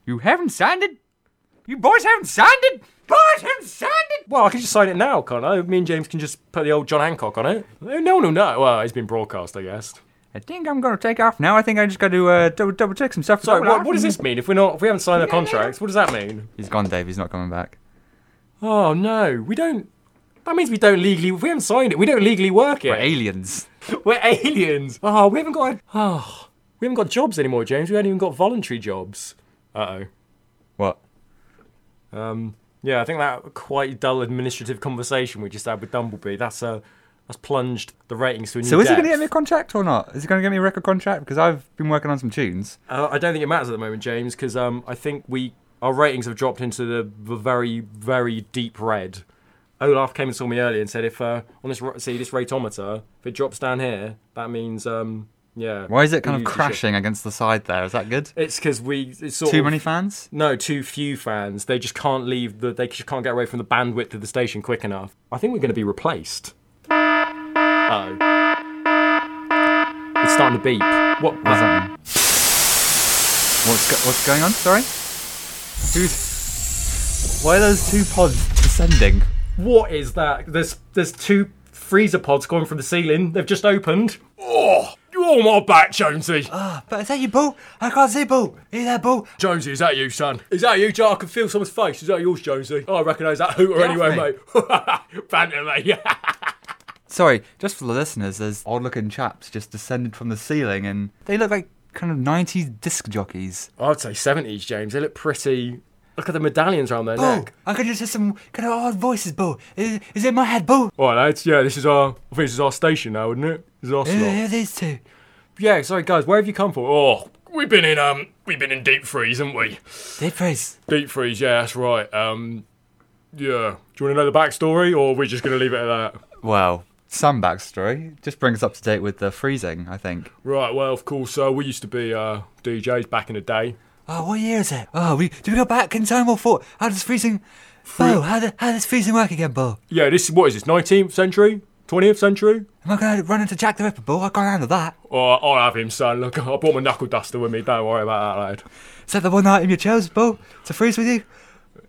[SPEAKER 3] You haven't signed it? You boys haven't signed it? Boys haven't signed it?
[SPEAKER 1] Well, I can just sign it now, can't I? Me and James can just put the old John Hancock on it. No one will know. Well, it's been broadcast, I guess.
[SPEAKER 3] I think I'm gonna take off now. I think I just gotta uh, double, double check some stuff.
[SPEAKER 1] Sorry,
[SPEAKER 3] Double
[SPEAKER 1] what,
[SPEAKER 3] off
[SPEAKER 1] what does
[SPEAKER 3] and-
[SPEAKER 1] this mean? If we're not, if we haven't signed the contracts, what does that mean?
[SPEAKER 3] He's gone, Dave. He's not coming back.
[SPEAKER 1] Oh no, we don't. That means we don't legally. If we haven't signed it, we don't legally work it.
[SPEAKER 3] We're aliens.
[SPEAKER 1] We're aliens. Oh, we haven't got. Oh, we haven't got jobs anymore, James. We haven't even got voluntary jobs. Uh
[SPEAKER 3] What?
[SPEAKER 1] oh. Um. Yeah, I think that quite dull administrative conversation we just had with Dumbleby. That's uh, that's plunged the ratings to a new
[SPEAKER 3] So is he gonna
[SPEAKER 1] depth.
[SPEAKER 3] get me a contract or not? Is he gonna get me a record contract? Because I've been working on some tunes.
[SPEAKER 1] Uh, I don't think it matters at the moment, James, because um, I think we our ratings have dropped into the, the very very deep red. Olaf came and saw me earlier and said if uh, on this ra- see this ratometer if it drops down here that means um yeah
[SPEAKER 3] Why is it
[SPEAKER 1] we
[SPEAKER 3] kind of
[SPEAKER 1] usually
[SPEAKER 3] crashing against the side there? Is that good?
[SPEAKER 1] should- It's because we it's sort
[SPEAKER 3] Too
[SPEAKER 1] of-
[SPEAKER 3] many fans?
[SPEAKER 1] no too few fans they just can't leave the they just can't get away from the bandwidth of the station quick enough. I think we're going to be replaced. Oh, it's starting to beep. What
[SPEAKER 3] What does that mean? What's, go- what's going on? Sorry? Who's. Why are those two pods descending?
[SPEAKER 1] What is that? There's there's two freezer pods going from the ceiling. They've just opened. Uh.
[SPEAKER 6] Oh, you're on my back, Jonesy.
[SPEAKER 2] But is that you, Boo? I can't see Boo. Is that Boo?
[SPEAKER 6] Jonesy, is that you, son?
[SPEAKER 1] Is that you, Joe? I can feel someone's face. Is that yours, Jonesy? Oh, I recognise that hooter anyway, mate. Banter, mate. [LAUGHS]
[SPEAKER 3] Sorry, just for the listeners, there's odd looking chaps just descended from the ceiling and they look like kind of 90s disc jockeys.
[SPEAKER 1] I'd say 70s, James. They look pretty. Look at the medallions around their
[SPEAKER 2] Bo,
[SPEAKER 1] neck.
[SPEAKER 2] I could just hear some kind of odd voices, Bo. Is, is it my head, Bo?
[SPEAKER 1] All right, lads. Yeah, this is our. I think this is our station now, isn't it? This is our
[SPEAKER 2] Uh,
[SPEAKER 1] slot.
[SPEAKER 2] here these two.
[SPEAKER 1] Yeah. Sorry, guys. Where have you come from? Oh,
[SPEAKER 5] We've been in um, we've been in deep freeze, haven't we?
[SPEAKER 2] Dead freeze.
[SPEAKER 1] deep freeze. Yeah, that's right. Um, yeah. Do you want to know the backstory, or are we just gonna leave it at that?
[SPEAKER 3] Well, some backstory. Just brings us up to date with the freezing, I think.
[SPEAKER 1] Right. Well, of course. Uh, we used to be uh, DJs back in the day.
[SPEAKER 2] Oh, what year is it? Oh, we do we go back in time or forward? How does freezing? Bo, how does how does freezing work again, Bo?
[SPEAKER 1] Yeah. This is what is this? Nineteenth century? Twentieth century?
[SPEAKER 2] Am I gonna run into Jack the Ripper, Bo? I can't handle that.
[SPEAKER 1] Oh, I'll have him, son. Look, I brought my knuckle duster with me. Don't worry about that, lad.
[SPEAKER 2] Is that the one item you chose, Bo, to freeze with you?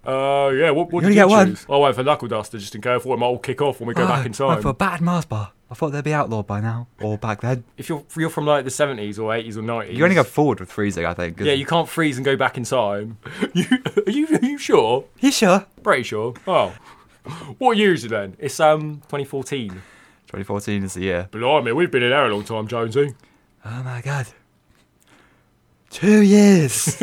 [SPEAKER 1] Uh, yeah. What? what
[SPEAKER 2] You
[SPEAKER 1] did
[SPEAKER 2] only get
[SPEAKER 1] you
[SPEAKER 2] one.
[SPEAKER 1] choose? I went for knuckle duster just in case. I thought it might all kick off when we go
[SPEAKER 2] Oh, [SIGHS]
[SPEAKER 1] back in time.
[SPEAKER 2] Went for a battered Mars bar. I thought they'd be outlawed by now, or back then.
[SPEAKER 1] if you're you're from like the seventies or eighties or nineties,
[SPEAKER 3] [LAUGHS] You only go forward with freezing, I think. 'cause-
[SPEAKER 1] Yeah, you can't freeze and go back in time. [LAUGHS] You are you are you sure?
[SPEAKER 2] You sure?
[SPEAKER 1] Pretty sure. Oh, what year is it then? It's um 2014.
[SPEAKER 3] 2014 is the year.
[SPEAKER 1] Blimey, we've been in there a long time, Jonesy.
[SPEAKER 2] Oh my god.
[SPEAKER 1] [LAUGHS]
[SPEAKER 2] Two years.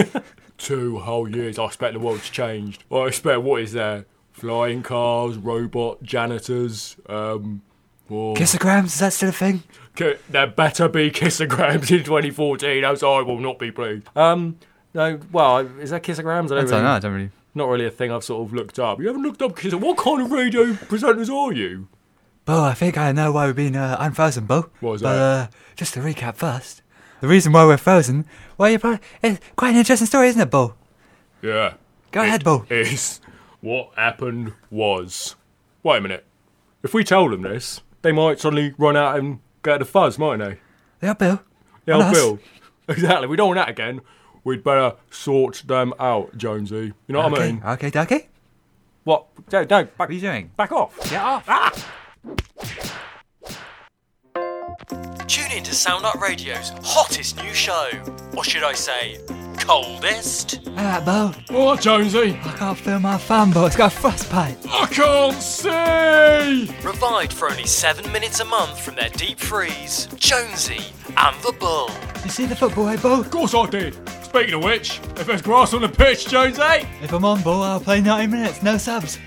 [SPEAKER 1] Two whole years. I expect the world's changed. I expect what is there? Flying cars, robot janitors. Um, whoa.
[SPEAKER 2] Kissograms, is that still a thing?
[SPEAKER 1] Ki- there better be kissograms in 2014. Else I will not be pleased. Um, no. Well, is that kissograms?
[SPEAKER 3] I
[SPEAKER 1] really-
[SPEAKER 3] don't know. I don't really.
[SPEAKER 1] not really a thing I've sort of looked up. You haven't looked up because what kind of radio presenters are you?
[SPEAKER 2] Bo, I think I know why we've been uh, unfrozen, Bo.
[SPEAKER 1] What was
[SPEAKER 2] but,
[SPEAKER 1] that?
[SPEAKER 2] Uh, just to recap first, the reason why we're frozen, well, you're probably, it's quite an interesting story, isn't it, Bo?
[SPEAKER 1] Yeah,
[SPEAKER 2] Go ahead, Bo.
[SPEAKER 1] is what happened was. Wait a minute. If we tell them this, they might suddenly run out and go to fuzz, mightn't they?
[SPEAKER 2] Yeah, Bill.
[SPEAKER 1] Yeah,
[SPEAKER 2] On
[SPEAKER 1] I'll
[SPEAKER 2] us.
[SPEAKER 1] Bill. Exactly. We don't want that again. We'd better sort them out, Jonesy. You know what I
[SPEAKER 2] Okay,
[SPEAKER 1] mean?
[SPEAKER 2] okay, okay.
[SPEAKER 1] What? No, no. Back,
[SPEAKER 3] What are you doing?
[SPEAKER 1] back off.
[SPEAKER 3] Get off.
[SPEAKER 5] Tune in to Sound Up Radio's hottest new show, or should I say, coldest?
[SPEAKER 2] All right, Bo.
[SPEAKER 6] What, Jonesy?
[SPEAKER 2] I can't feel my fan, Bo. It's got frostbite.
[SPEAKER 6] I can't see!
[SPEAKER 5] Revived for only seven minutes a month from their deep freeze, Jonesy and the Bull.
[SPEAKER 2] You see the football, eh, Bo?
[SPEAKER 6] Of course I did. Speaking of which, if there's grass on the pitch, Jonesy, [LAUGHS]
[SPEAKER 2] If I'm on, Bo, I'll play 90 minutes, no subs.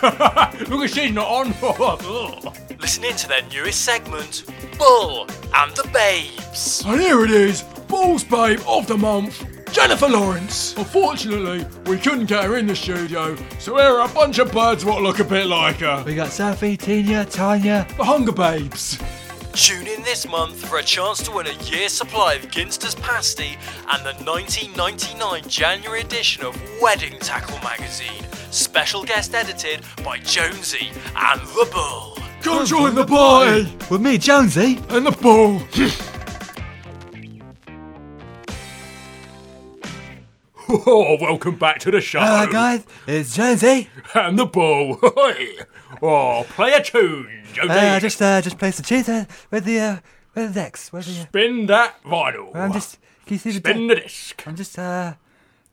[SPEAKER 6] look at she's not [LAUGHS] on.
[SPEAKER 5] Listen in to their newest segment, Bull and the Babes.
[SPEAKER 6] and here it is, Balls Babe of the Month, Jennifer Lawrence. Unfortunately, we couldn't get her in the studio, so here are a bunch of birds what look a bit like her.
[SPEAKER 2] We got Sophie, Tina, Tanya.
[SPEAKER 6] The Hunger Babes.
[SPEAKER 5] Tune in this month for a chance to win a year's supply of Ginster's Pasty and the 1999 January edition of Wedding Tackle magazine, special guest edited by Jonesy and the Bull.
[SPEAKER 6] Come join the party!
[SPEAKER 2] With me, Jonesy.
[SPEAKER 6] And the ball!
[SPEAKER 1] [LAUGHS] Oh, welcome back to the show.
[SPEAKER 2] All right, Ah, guys, it's Jonesy.
[SPEAKER 1] And the [LAUGHS] ball. oh, play a tune, Jonesy.
[SPEAKER 2] Uh, just, uh, just place the cheese uh, with the, uh, with the decks. Where's the, uh,
[SPEAKER 1] Spin that vinyl.
[SPEAKER 2] I'm just, can you see the
[SPEAKER 1] Spin
[SPEAKER 2] deck?
[SPEAKER 1] the disc.
[SPEAKER 2] I'm just, uh,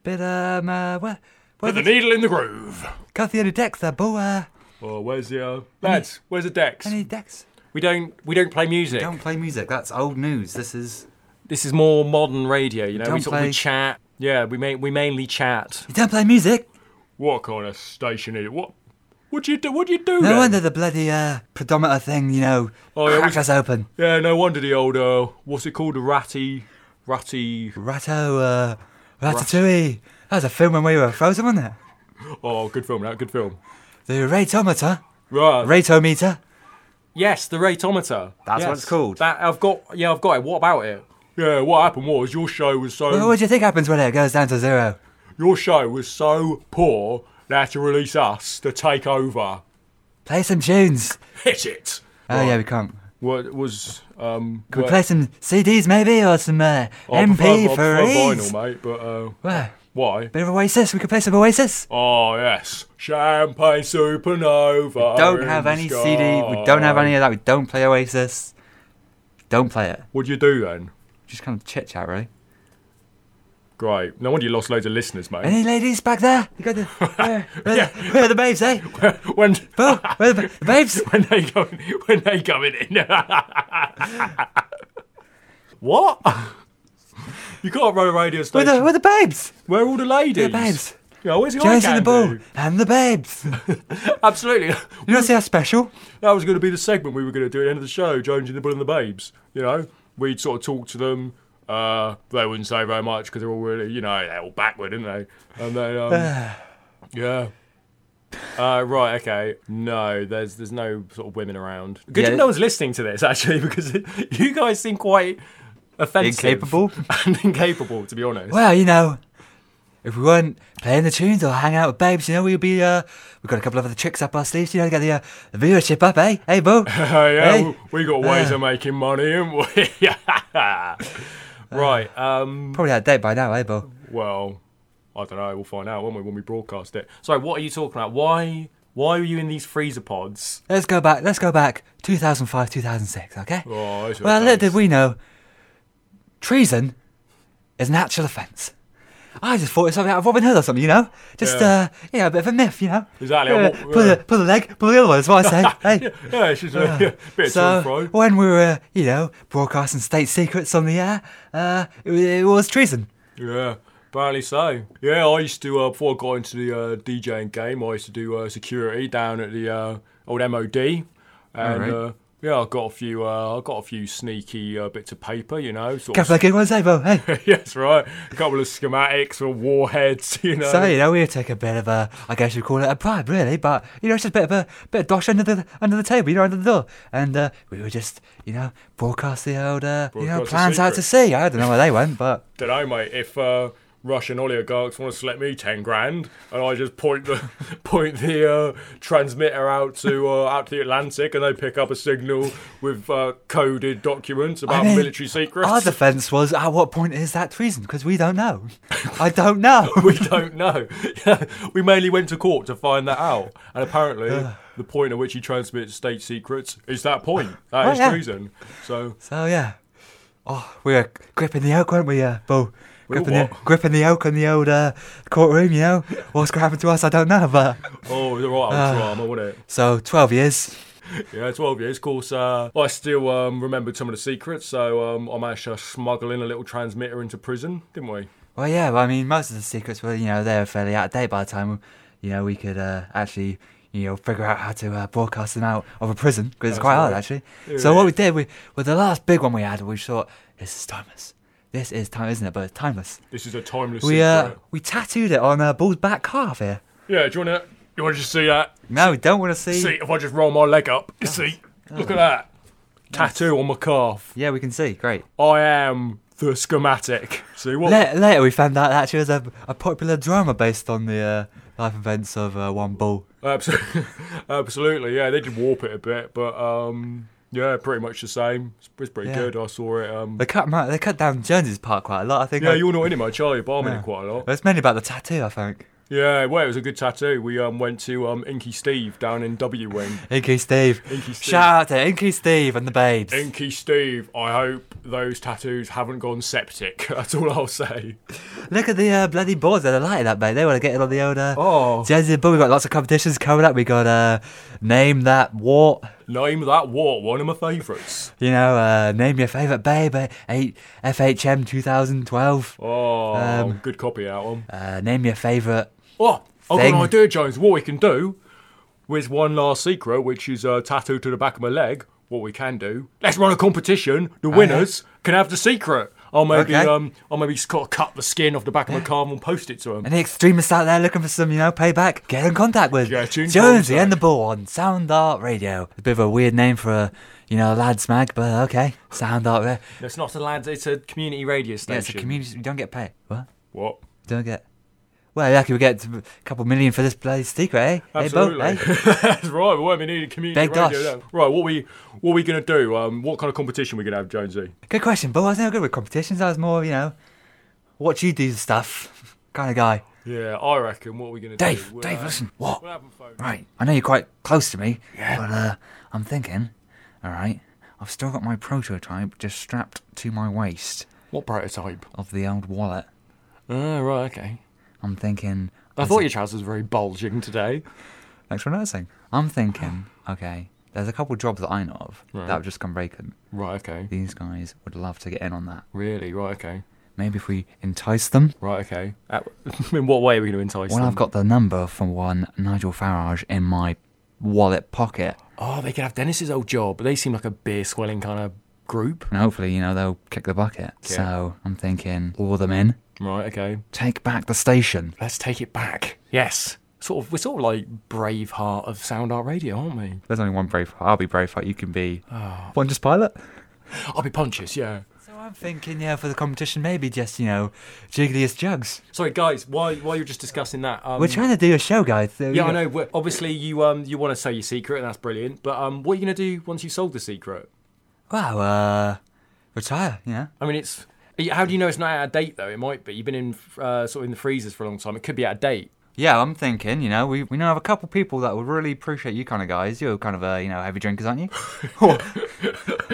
[SPEAKER 2] bit, um, uh, where, where
[SPEAKER 1] With the
[SPEAKER 2] the,
[SPEAKER 1] needle in the groove.
[SPEAKER 2] can't see any decks there, Bo, uh,
[SPEAKER 1] Oh, where's the uh, lads? Where's the decks?
[SPEAKER 2] any decks?
[SPEAKER 1] We don't we don't play music.
[SPEAKER 3] Don't play music. That's old news. This is.
[SPEAKER 1] This is more modern radio. You know, we
[SPEAKER 3] Don't
[SPEAKER 1] sort of we
[SPEAKER 3] play-
[SPEAKER 1] chat. Yeah, we main, we mainly chat.
[SPEAKER 2] You don't play music?
[SPEAKER 1] What kind of station is it? What what do you do? What do you do?
[SPEAKER 2] No
[SPEAKER 1] then?
[SPEAKER 2] wonder the bloody, uh, pedometer thing, you know,
[SPEAKER 1] Oh, yeah,
[SPEAKER 2] cracks
[SPEAKER 1] we-
[SPEAKER 2] us open.
[SPEAKER 1] Yeah, no wonder the old uh, what's it called? The ratty, ratty.
[SPEAKER 2] Ratto, uh, Ratatouille. That was a film when we were frozen, wasn't it?
[SPEAKER 1] Oh, good film. That good film.
[SPEAKER 2] The ratometer.
[SPEAKER 1] Right.
[SPEAKER 2] Ratometer.
[SPEAKER 1] yes, the ratometer.
[SPEAKER 3] That's
[SPEAKER 1] yes.
[SPEAKER 3] what it's called.
[SPEAKER 1] That I've got. Yeah, I've got it. What about it? [LAUGHS] Yeah, what happened was your show was so.
[SPEAKER 2] Well, what do you think happens when it goes down to zero?
[SPEAKER 1] Your show was so poor they had to release us to take over.
[SPEAKER 2] Play some tunes.
[SPEAKER 1] Hit it.
[SPEAKER 2] Oh, yeah, we can't.
[SPEAKER 1] What was um?
[SPEAKER 2] Can we
[SPEAKER 1] what-
[SPEAKER 2] play some CDs maybe or some uh,
[SPEAKER 1] I prefer- I prefer
[SPEAKER 2] MP3s?
[SPEAKER 1] vinyl, mate. But uh,
[SPEAKER 2] Where?
[SPEAKER 1] why?
[SPEAKER 2] Bit of Oasis. We could play some Oasis.
[SPEAKER 1] Oh yes, champagne supernova.
[SPEAKER 3] Don't
[SPEAKER 1] in
[SPEAKER 3] have
[SPEAKER 1] the
[SPEAKER 3] any
[SPEAKER 1] sky.
[SPEAKER 3] CD. We don't have any of that. We don't play Oasis. Don't play it.
[SPEAKER 1] What do you do then?
[SPEAKER 3] Just kind of chit chat, really.
[SPEAKER 1] Great. No wonder you lost loads of listeners, mate.
[SPEAKER 2] Any ladies back there? You got the where, where, where are the babes, eh?
[SPEAKER 1] when
[SPEAKER 2] Bo, where are the, the babes?
[SPEAKER 1] when they go when they coming in. what? You can't run a radio
[SPEAKER 2] Where
[SPEAKER 6] [LAUGHS]
[SPEAKER 1] station.
[SPEAKER 2] the, where the babes?
[SPEAKER 1] Where are all the ladies?
[SPEAKER 2] The babes.
[SPEAKER 6] know, where's your
[SPEAKER 2] Jason the Bull
[SPEAKER 6] can-do?
[SPEAKER 2] and the Babes.
[SPEAKER 6] Absolutely.
[SPEAKER 2] You don't see how special?
[SPEAKER 6] That was going to be the segment we were going to do at the end of the show, Jonesy the Bull and the Babes. You know, we'd sort of talk to them. Uh, they wouldn't say very much because they're all really, you know, they're all backward, aren't they? And
[SPEAKER 3] [SIGHS]
[SPEAKER 6] they, um, yeah. Uh, right, okay. No, there's there's no sort of women around. Good
[SPEAKER 2] Yeah.
[SPEAKER 6] that no one's listening to
[SPEAKER 1] [LAUGHS]
[SPEAKER 6] this actually, because you guys seem quite
[SPEAKER 1] [LAUGHS]
[SPEAKER 6] offensive,
[SPEAKER 2] Incapable?
[SPEAKER 6] and incapable, to be honest.
[SPEAKER 2] Well, you know, if we weren't playing the tunes or hanging out with babes, you know, we'd be, uh, we've got a couple of other tricks up our sleeves, you know, to get the, uh, the viewership up, eh? Hey, Bull?
[SPEAKER 6] Oh yeah,
[SPEAKER 2] Hey.
[SPEAKER 6] w- we got
[SPEAKER 3] Uh.
[SPEAKER 6] ways of making money, haven't
[SPEAKER 1] [LAUGHS]
[SPEAKER 6] we?
[SPEAKER 2] Uh.
[SPEAKER 6] right. Um,
[SPEAKER 2] Probably out of date by now, eh, Bull?
[SPEAKER 6] well, I don't know. We'll find out, won't we, when we broadcast it? So, what are you talking about? Why? Why were you in these freezer pods?
[SPEAKER 2] Let's go back, let's go back 2005, 2006, okay?
[SPEAKER 6] Oh, that's what
[SPEAKER 2] well,
[SPEAKER 6] it
[SPEAKER 2] little did
[SPEAKER 6] is.
[SPEAKER 2] we know, treason is an actual offence. I just thought it was something out of Robin Hood or something, you know? Just,
[SPEAKER 6] Yeah.
[SPEAKER 2] uh, you know, a bit of a myth, you know?
[SPEAKER 6] Exactly,
[SPEAKER 2] Uh,
[SPEAKER 6] what-
[SPEAKER 2] pull,
[SPEAKER 6] yeah.
[SPEAKER 2] the, pull the leg, pull the other one, is what I
[SPEAKER 6] [LAUGHS]
[SPEAKER 2] say. hey.
[SPEAKER 6] Yeah, it's just a [LAUGHS] bit of
[SPEAKER 2] So
[SPEAKER 6] fro.
[SPEAKER 2] when we were, you know, broadcasting state secrets on the air, uh, it, wa- it was treason.
[SPEAKER 6] Yeah, apparently so. Yeah, I used to uh, before I got into the uh, DJing game, I used to do uh, security down at the uh, old MOD, and
[SPEAKER 1] Alright.
[SPEAKER 6] uh, yeah, I got a few. Uh, I got a few sneaky uh, bits of paper, you
[SPEAKER 2] [LAUGHS]
[SPEAKER 6] know. Sort of
[SPEAKER 2] Couple of good ones, eh, Bo? Hey.
[SPEAKER 6] yes, right. A couple of schematics or warheads, [LAUGHS] you know.
[SPEAKER 2] So you know we take a bit of a, I guess you'd call it a bribe, really, but you know it's just a bit of a bit of dosh under the under the table, you know, under the door, and uh, we were just, you know, broadcast the old, uh, you
[SPEAKER 6] Broadcast
[SPEAKER 2] know,
[SPEAKER 6] the
[SPEAKER 2] plans out to sea. I don't know where they went,
[SPEAKER 6] [LAUGHS]
[SPEAKER 2] but
[SPEAKER 6] Don't know, mate. If uh, Russian oligarchs want to select me ten grand, and I just point the [LAUGHS] point the uh, transmitter out to uh, out to the Atlantic, and they pick up a signal with uh, coded documents about
[SPEAKER 2] mean,
[SPEAKER 6] military secrets.
[SPEAKER 2] our defence was, at what point is that treason? Because we don't know. I don't
[SPEAKER 6] [LAUGHS]
[SPEAKER 2] know.
[SPEAKER 6] [LAUGHS] we don't know. we mainly went to court to find that out,
[SPEAKER 2] [SIGHS]
[SPEAKER 6] and apparently. The point at which he transmits state secrets is that point. That
[SPEAKER 2] Oh,
[SPEAKER 6] is
[SPEAKER 2] yeah.
[SPEAKER 6] treason. So
[SPEAKER 2] So yeah. Oh, we were gripping the oak, weren't we, uh, Bo?
[SPEAKER 6] were
[SPEAKER 2] Gripping the,
[SPEAKER 6] what?
[SPEAKER 2] gripping the oak in the old uh, courtroom, you
[SPEAKER 6] [LAUGHS]
[SPEAKER 2] know. What's going to happen to us, I don't know. But
[SPEAKER 6] oh, the right
[SPEAKER 2] [SIGHS]
[SPEAKER 6] old drama, wasn't it?
[SPEAKER 2] so twelve years.
[SPEAKER 6] Yeah, 12 years. Of course, uh, I still um, remembered some of the secrets, so um, I managed to smuggle in a little transmitter into prison, didn't we?
[SPEAKER 2] Well, yeah. well, I mean, most of the secrets were, you know, they were fairly out of date by the time, you know, we could uh, actually, you know, figure out how to uh, broadcast them out of a prison because it's quite hard actually. So what we did, we well, the last big one we had, we thought this is timeless. This is time, isn't it? But it's timeless.
[SPEAKER 6] This is a timeless
[SPEAKER 2] We uh,
[SPEAKER 6] secret.
[SPEAKER 2] we tattooed it on uh, Bull's back half here.
[SPEAKER 6] Yeah, do you want to you wanna just see that?
[SPEAKER 2] No, we don't want to see.
[SPEAKER 6] See, if I just roll my leg up, you see?
[SPEAKER 2] Oh.
[SPEAKER 6] Look at that. Tattoo on my calf.
[SPEAKER 2] Yeah, we can see. Great.
[SPEAKER 6] I am the schematic. See what?
[SPEAKER 2] Later, later we found out that she was a, a popular drama based on the uh, life events of uh, one bull.
[SPEAKER 6] Absolutely. [LAUGHS] Absolutely, yeah. They did warp it a bit, but um, yeah, pretty much the same. It's, it's pretty
[SPEAKER 2] Yeah.
[SPEAKER 6] good. I saw it. Um,
[SPEAKER 2] They cut ma- they cut down Jones's part quite a lot. I think.
[SPEAKER 6] yeah,
[SPEAKER 2] I-
[SPEAKER 6] you're not in it, mate. Charlie, but I'm in
[SPEAKER 2] Yeah.
[SPEAKER 6] it quite a lot.
[SPEAKER 2] It's mainly about the tattoo, I think.
[SPEAKER 6] Yeah, well, it was a good tattoo. We um, went to um, Inky Steve down in
[SPEAKER 2] [LAUGHS]
[SPEAKER 6] W Wing.
[SPEAKER 2] Inky Steve.
[SPEAKER 6] Inky Steve.
[SPEAKER 2] Shout out to Inky Steve and the babes.
[SPEAKER 6] Inky Steve, I hope those tattoos haven't gone septic. [LAUGHS] That's all I'll say.
[SPEAKER 2] Look at the uh, bloody boards that are like that, mate. They want to get in on the old. Uh,
[SPEAKER 6] Oh,
[SPEAKER 2] Jonesy Bull. We've got lots of competitions coming up. We got uh, name that what.
[SPEAKER 6] name that war, one of
[SPEAKER 2] [LAUGHS]
[SPEAKER 6] my favourites.
[SPEAKER 2] You know, uh, name your favorite babe. eh, Eight FHM 2012.
[SPEAKER 6] Oh,
[SPEAKER 2] Um,
[SPEAKER 6] good copy out on.
[SPEAKER 2] Uh, name your favorite.
[SPEAKER 6] Oh, I've got
[SPEAKER 2] thing.
[SPEAKER 6] an idea, Jones. What we can do with one last secret, which is uh, tattooed to the back of my leg. What we can do, let's run a competition. The winners can have the secret. I'll maybe,
[SPEAKER 2] Uh-huh. Okay.
[SPEAKER 6] um, I'll maybe just gotta cut the skin off
[SPEAKER 2] [LAUGHS]
[SPEAKER 6] the back of my calf and post it to them.
[SPEAKER 2] Any extremists out there looking for some, you know, payback? Get in contact with
[SPEAKER 6] Get in
[SPEAKER 2] Jonesy
[SPEAKER 6] contact.
[SPEAKER 2] and the Bull on Sound Art Radio. A bit of a weird name for a, you know, a lad's mag, but okay. Sound Art Radio.
[SPEAKER 6] It's not a lad. It's a community radio station.
[SPEAKER 2] Yeah, it's a community. You don't get paid. What?
[SPEAKER 6] What?
[SPEAKER 2] Don't get. Well, lucky we get a couple million for this bloody secret, eh?
[SPEAKER 6] Absolutely. [LAUGHS]
[SPEAKER 2] Hey, Bo, eh?
[SPEAKER 6] That's right. Well, we need a community
[SPEAKER 2] Big
[SPEAKER 6] radio.
[SPEAKER 2] Dosh.
[SPEAKER 6] now. Right. What we what we gonna do? Um, what kind of competition we gonna have, Jonesy?
[SPEAKER 2] Good question, Bo. I was never good with competitions. I was more, you know, what you do stuff kind of guy.
[SPEAKER 6] Yeah, I reckon. What we gonna
[SPEAKER 2] Dave,
[SPEAKER 6] do? We'll,
[SPEAKER 2] Dave,
[SPEAKER 6] uh,
[SPEAKER 2] listen. What?
[SPEAKER 6] We'll have them phone.
[SPEAKER 2] Right, I know you're quite close to me, but uh, I'm thinking, all right, I've still got my prototype just strapped to my waist
[SPEAKER 6] What prototype?
[SPEAKER 2] of the old wallet.
[SPEAKER 6] Oh, right. Okay.
[SPEAKER 2] I'm thinking.
[SPEAKER 6] I thought your trousers were very bulging today.
[SPEAKER 2] Thanks for noticing. I'm
[SPEAKER 6] [SIGHS]
[SPEAKER 2] thinking, okay, there's a couple jobs that I know of that have just gone vacant.
[SPEAKER 6] Right. Okay.
[SPEAKER 2] These guys would love to get in on that.
[SPEAKER 6] Really. Right. Okay.
[SPEAKER 2] Maybe if we entice them.
[SPEAKER 1] Right, okay. Uh,
[SPEAKER 6] [LAUGHS]
[SPEAKER 1] in what way are we going to entice
[SPEAKER 2] When
[SPEAKER 1] them?
[SPEAKER 2] I've got the number from one Nigel Farage in my wallet pocket,
[SPEAKER 1] Oh, they could have Dennis's old job. They seem like a beer swelling kind of group.
[SPEAKER 2] and hopefully, you know, they'll kick the bucket. So I'm thinking, lure them in,
[SPEAKER 1] Right, okay.
[SPEAKER 2] take back the station.
[SPEAKER 1] Let's take it back. Yes. Sort of, we're sort of like Braveheart of sound art radio, aren't we?
[SPEAKER 3] There's only one brave. I'll be brave. You can be. One just pilot.
[SPEAKER 1] I'll be Pontius, yeah.
[SPEAKER 2] Oh. So I'm thinking, yeah, for the competition, maybe just, you know, jiggliest jugs.
[SPEAKER 1] Sorry, guys, while, while you're just discussing that, um,
[SPEAKER 3] Mm.
[SPEAKER 2] We're trying to do a show, guys. So,
[SPEAKER 1] yeah, I know. we're- Obviously, you um, you want to sell your secret, and that's brilliant. But um, what are you going to do once you sold the secret?
[SPEAKER 2] Wow, uh, retire, you know?
[SPEAKER 1] I mean, it's how do you know it's not out of date though? It might be. You've been in uh, sort of in the freezers for a long time. It could be out of date. [LAUGHS]
[SPEAKER 2] Yeah, I'm thinking, you know, we, we know have a couple people that would really appreciate you kind of guys. You're kind of, uh, you know, heavy drinkers, aren't you? Oh,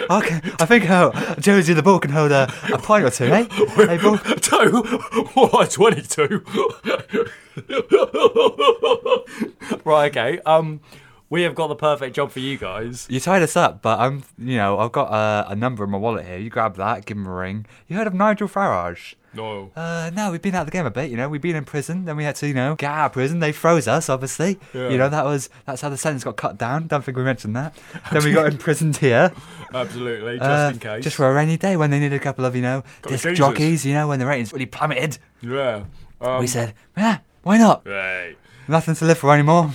[SPEAKER 2] okay, I think uh, Josie the Bull can hold a, a pint or two, eh? Hey, Bull?
[SPEAKER 1] Why twenty two? [LAUGHS] Right. Okay. Um, we have got the perfect job for you guys.
[SPEAKER 2] You tied us up, but I'm, you know, I've got uh, a number in my wallet here. You grab that, give him a ring. You heard of Nigel Farage?
[SPEAKER 1] No.
[SPEAKER 2] Uh, no, we've been out of the game a bit, you know. We've been in prison, then we had to, you know, get out of prison. They froze us, obviously. You know, that was that's how the sentence got cut down. Don't think we mentioned that. then we got imprisoned here.
[SPEAKER 1] [LAUGHS] Absolutely. Just
[SPEAKER 2] uh,
[SPEAKER 1] in case.
[SPEAKER 2] Just for a rainy day when they needed a couple of, you know, disc
[SPEAKER 1] geezers.
[SPEAKER 2] jockeys, you know, when the ratings really plummeted.
[SPEAKER 1] yeah. Um,
[SPEAKER 2] we said, yeah, why not?
[SPEAKER 1] Hey.
[SPEAKER 2] Nothing to live for anymore.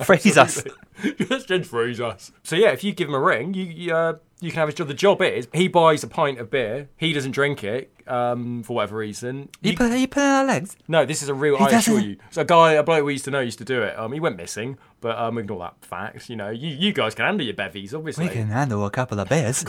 [SPEAKER 2] Freeze us.
[SPEAKER 1] [LAUGHS] Just freeze us. So yeah, if you give him a ring, you- you uh, you can have his job. The job is he buys a pint of beer. He doesn't drink it um, for whatever reason.
[SPEAKER 2] You
[SPEAKER 1] You-
[SPEAKER 2] put, you put it on our legs.
[SPEAKER 1] No, this is a real.
[SPEAKER 2] He
[SPEAKER 1] I assure
[SPEAKER 2] doesn't-
[SPEAKER 1] you. So a guy, a bloke we used to know, used to do it. Um, he went missing, but um, ignore that fact. You know, you, you guys can handle your bevies, obviously.
[SPEAKER 2] We can handle a couple of beers.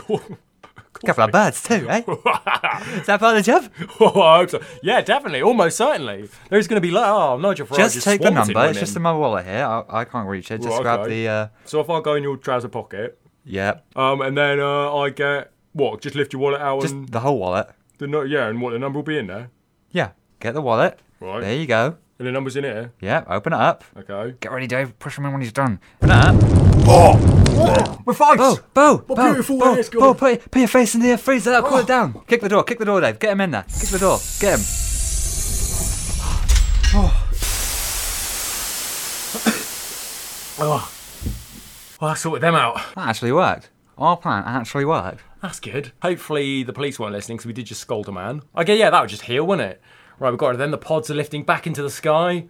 [SPEAKER 2] couple of birds, too, eh? Is that part of the job?
[SPEAKER 1] [LAUGHS] oh, I hope so. Yeah, definitely, almost certainly. There's going to be like, oh, Nigel Farage
[SPEAKER 2] just
[SPEAKER 1] is
[SPEAKER 2] take the
[SPEAKER 1] Swanton
[SPEAKER 2] number. It's
[SPEAKER 1] winning.
[SPEAKER 2] just in my wallet here. I, I can't reach it. Just
[SPEAKER 1] Right,
[SPEAKER 2] grab
[SPEAKER 1] okay.
[SPEAKER 2] the. Uh,
[SPEAKER 1] So if I go in your trouser pocket,
[SPEAKER 2] yeah.
[SPEAKER 1] um, and then uh, I get what? Just lift your wallet out
[SPEAKER 2] Just
[SPEAKER 1] and
[SPEAKER 2] the whole wallet.
[SPEAKER 1] the no- yeah, and what the number will be in there,
[SPEAKER 2] Yeah. Get the wallet.
[SPEAKER 1] Right.
[SPEAKER 2] There you go.
[SPEAKER 1] and the number's in here.
[SPEAKER 2] Yeah. Open it up.
[SPEAKER 1] Okay.
[SPEAKER 2] Get ready, Dave. Push him in when he's done. Open it up. Oh! We're fine! Bo! Bo! What Bo,
[SPEAKER 6] beautiful
[SPEAKER 2] Bo,
[SPEAKER 6] way it's
[SPEAKER 2] Bo,
[SPEAKER 6] gone.
[SPEAKER 2] put, put your face in there. Freeze it up. Cool it down. Kick the door. Kick the door, Dave. Get him in there. Kick the door. Get him.
[SPEAKER 1] Well, I sorted them out.
[SPEAKER 2] That actually worked. Our plan actually worked.
[SPEAKER 1] That's good. Hopefully the police weren't listening because we did just scold a man. Okay, yeah, that would just heal, wouldn't it? Right, we've got it. Then the pods are lifting back into the sky.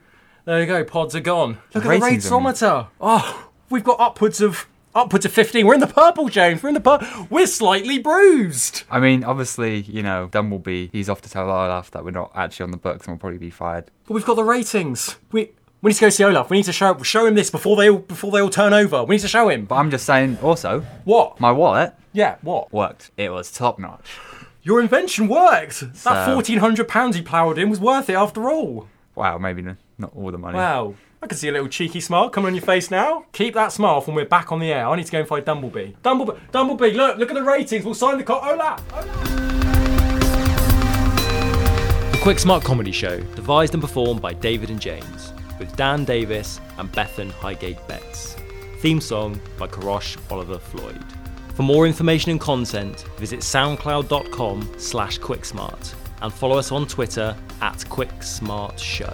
[SPEAKER 1] There you go, pods are gone. Look at the
[SPEAKER 2] Ratings are-
[SPEAKER 1] radiometer. Oh, we've got upwards of upwards of 15. We're in the purple, James. We're in the purple. We're slightly bruised.
[SPEAKER 3] I mean, obviously, you know, Dumblebee, he's off to tell Olaf that we're not actually on the books and we'll probably be fired.
[SPEAKER 1] But we've got the ratings. We we need to go see Olaf. We need to show show him this before they all before they all turn over. We need to show him.
[SPEAKER 3] But I'm just saying, also,
[SPEAKER 1] What?
[SPEAKER 3] my wallet
[SPEAKER 1] Yeah, what?
[SPEAKER 3] worked. It was top notch.
[SPEAKER 1] Your invention worked. That
[SPEAKER 3] So-
[SPEAKER 1] 1400 pounds he ploughed in was worth it after all.
[SPEAKER 3] Wow, maybe n- not all the money.
[SPEAKER 1] Wow. I can see a little cheeky smile coming on your face now. Keep that smile from we're back on the air. I need to go and find Dumblebee. Dumblebee, Dumblebee, look, look at the ratings. We'll sign the co- Ola! The Quick Smart Comedy Show, devised and performed by David and James, with Dan Davis and Bethan Highgate Betts. Theme song by Karosh Oliver Floyd. For more information and content, visit soundcloud.com slash quicksmart and follow us on Twitter at Quicksmart Show.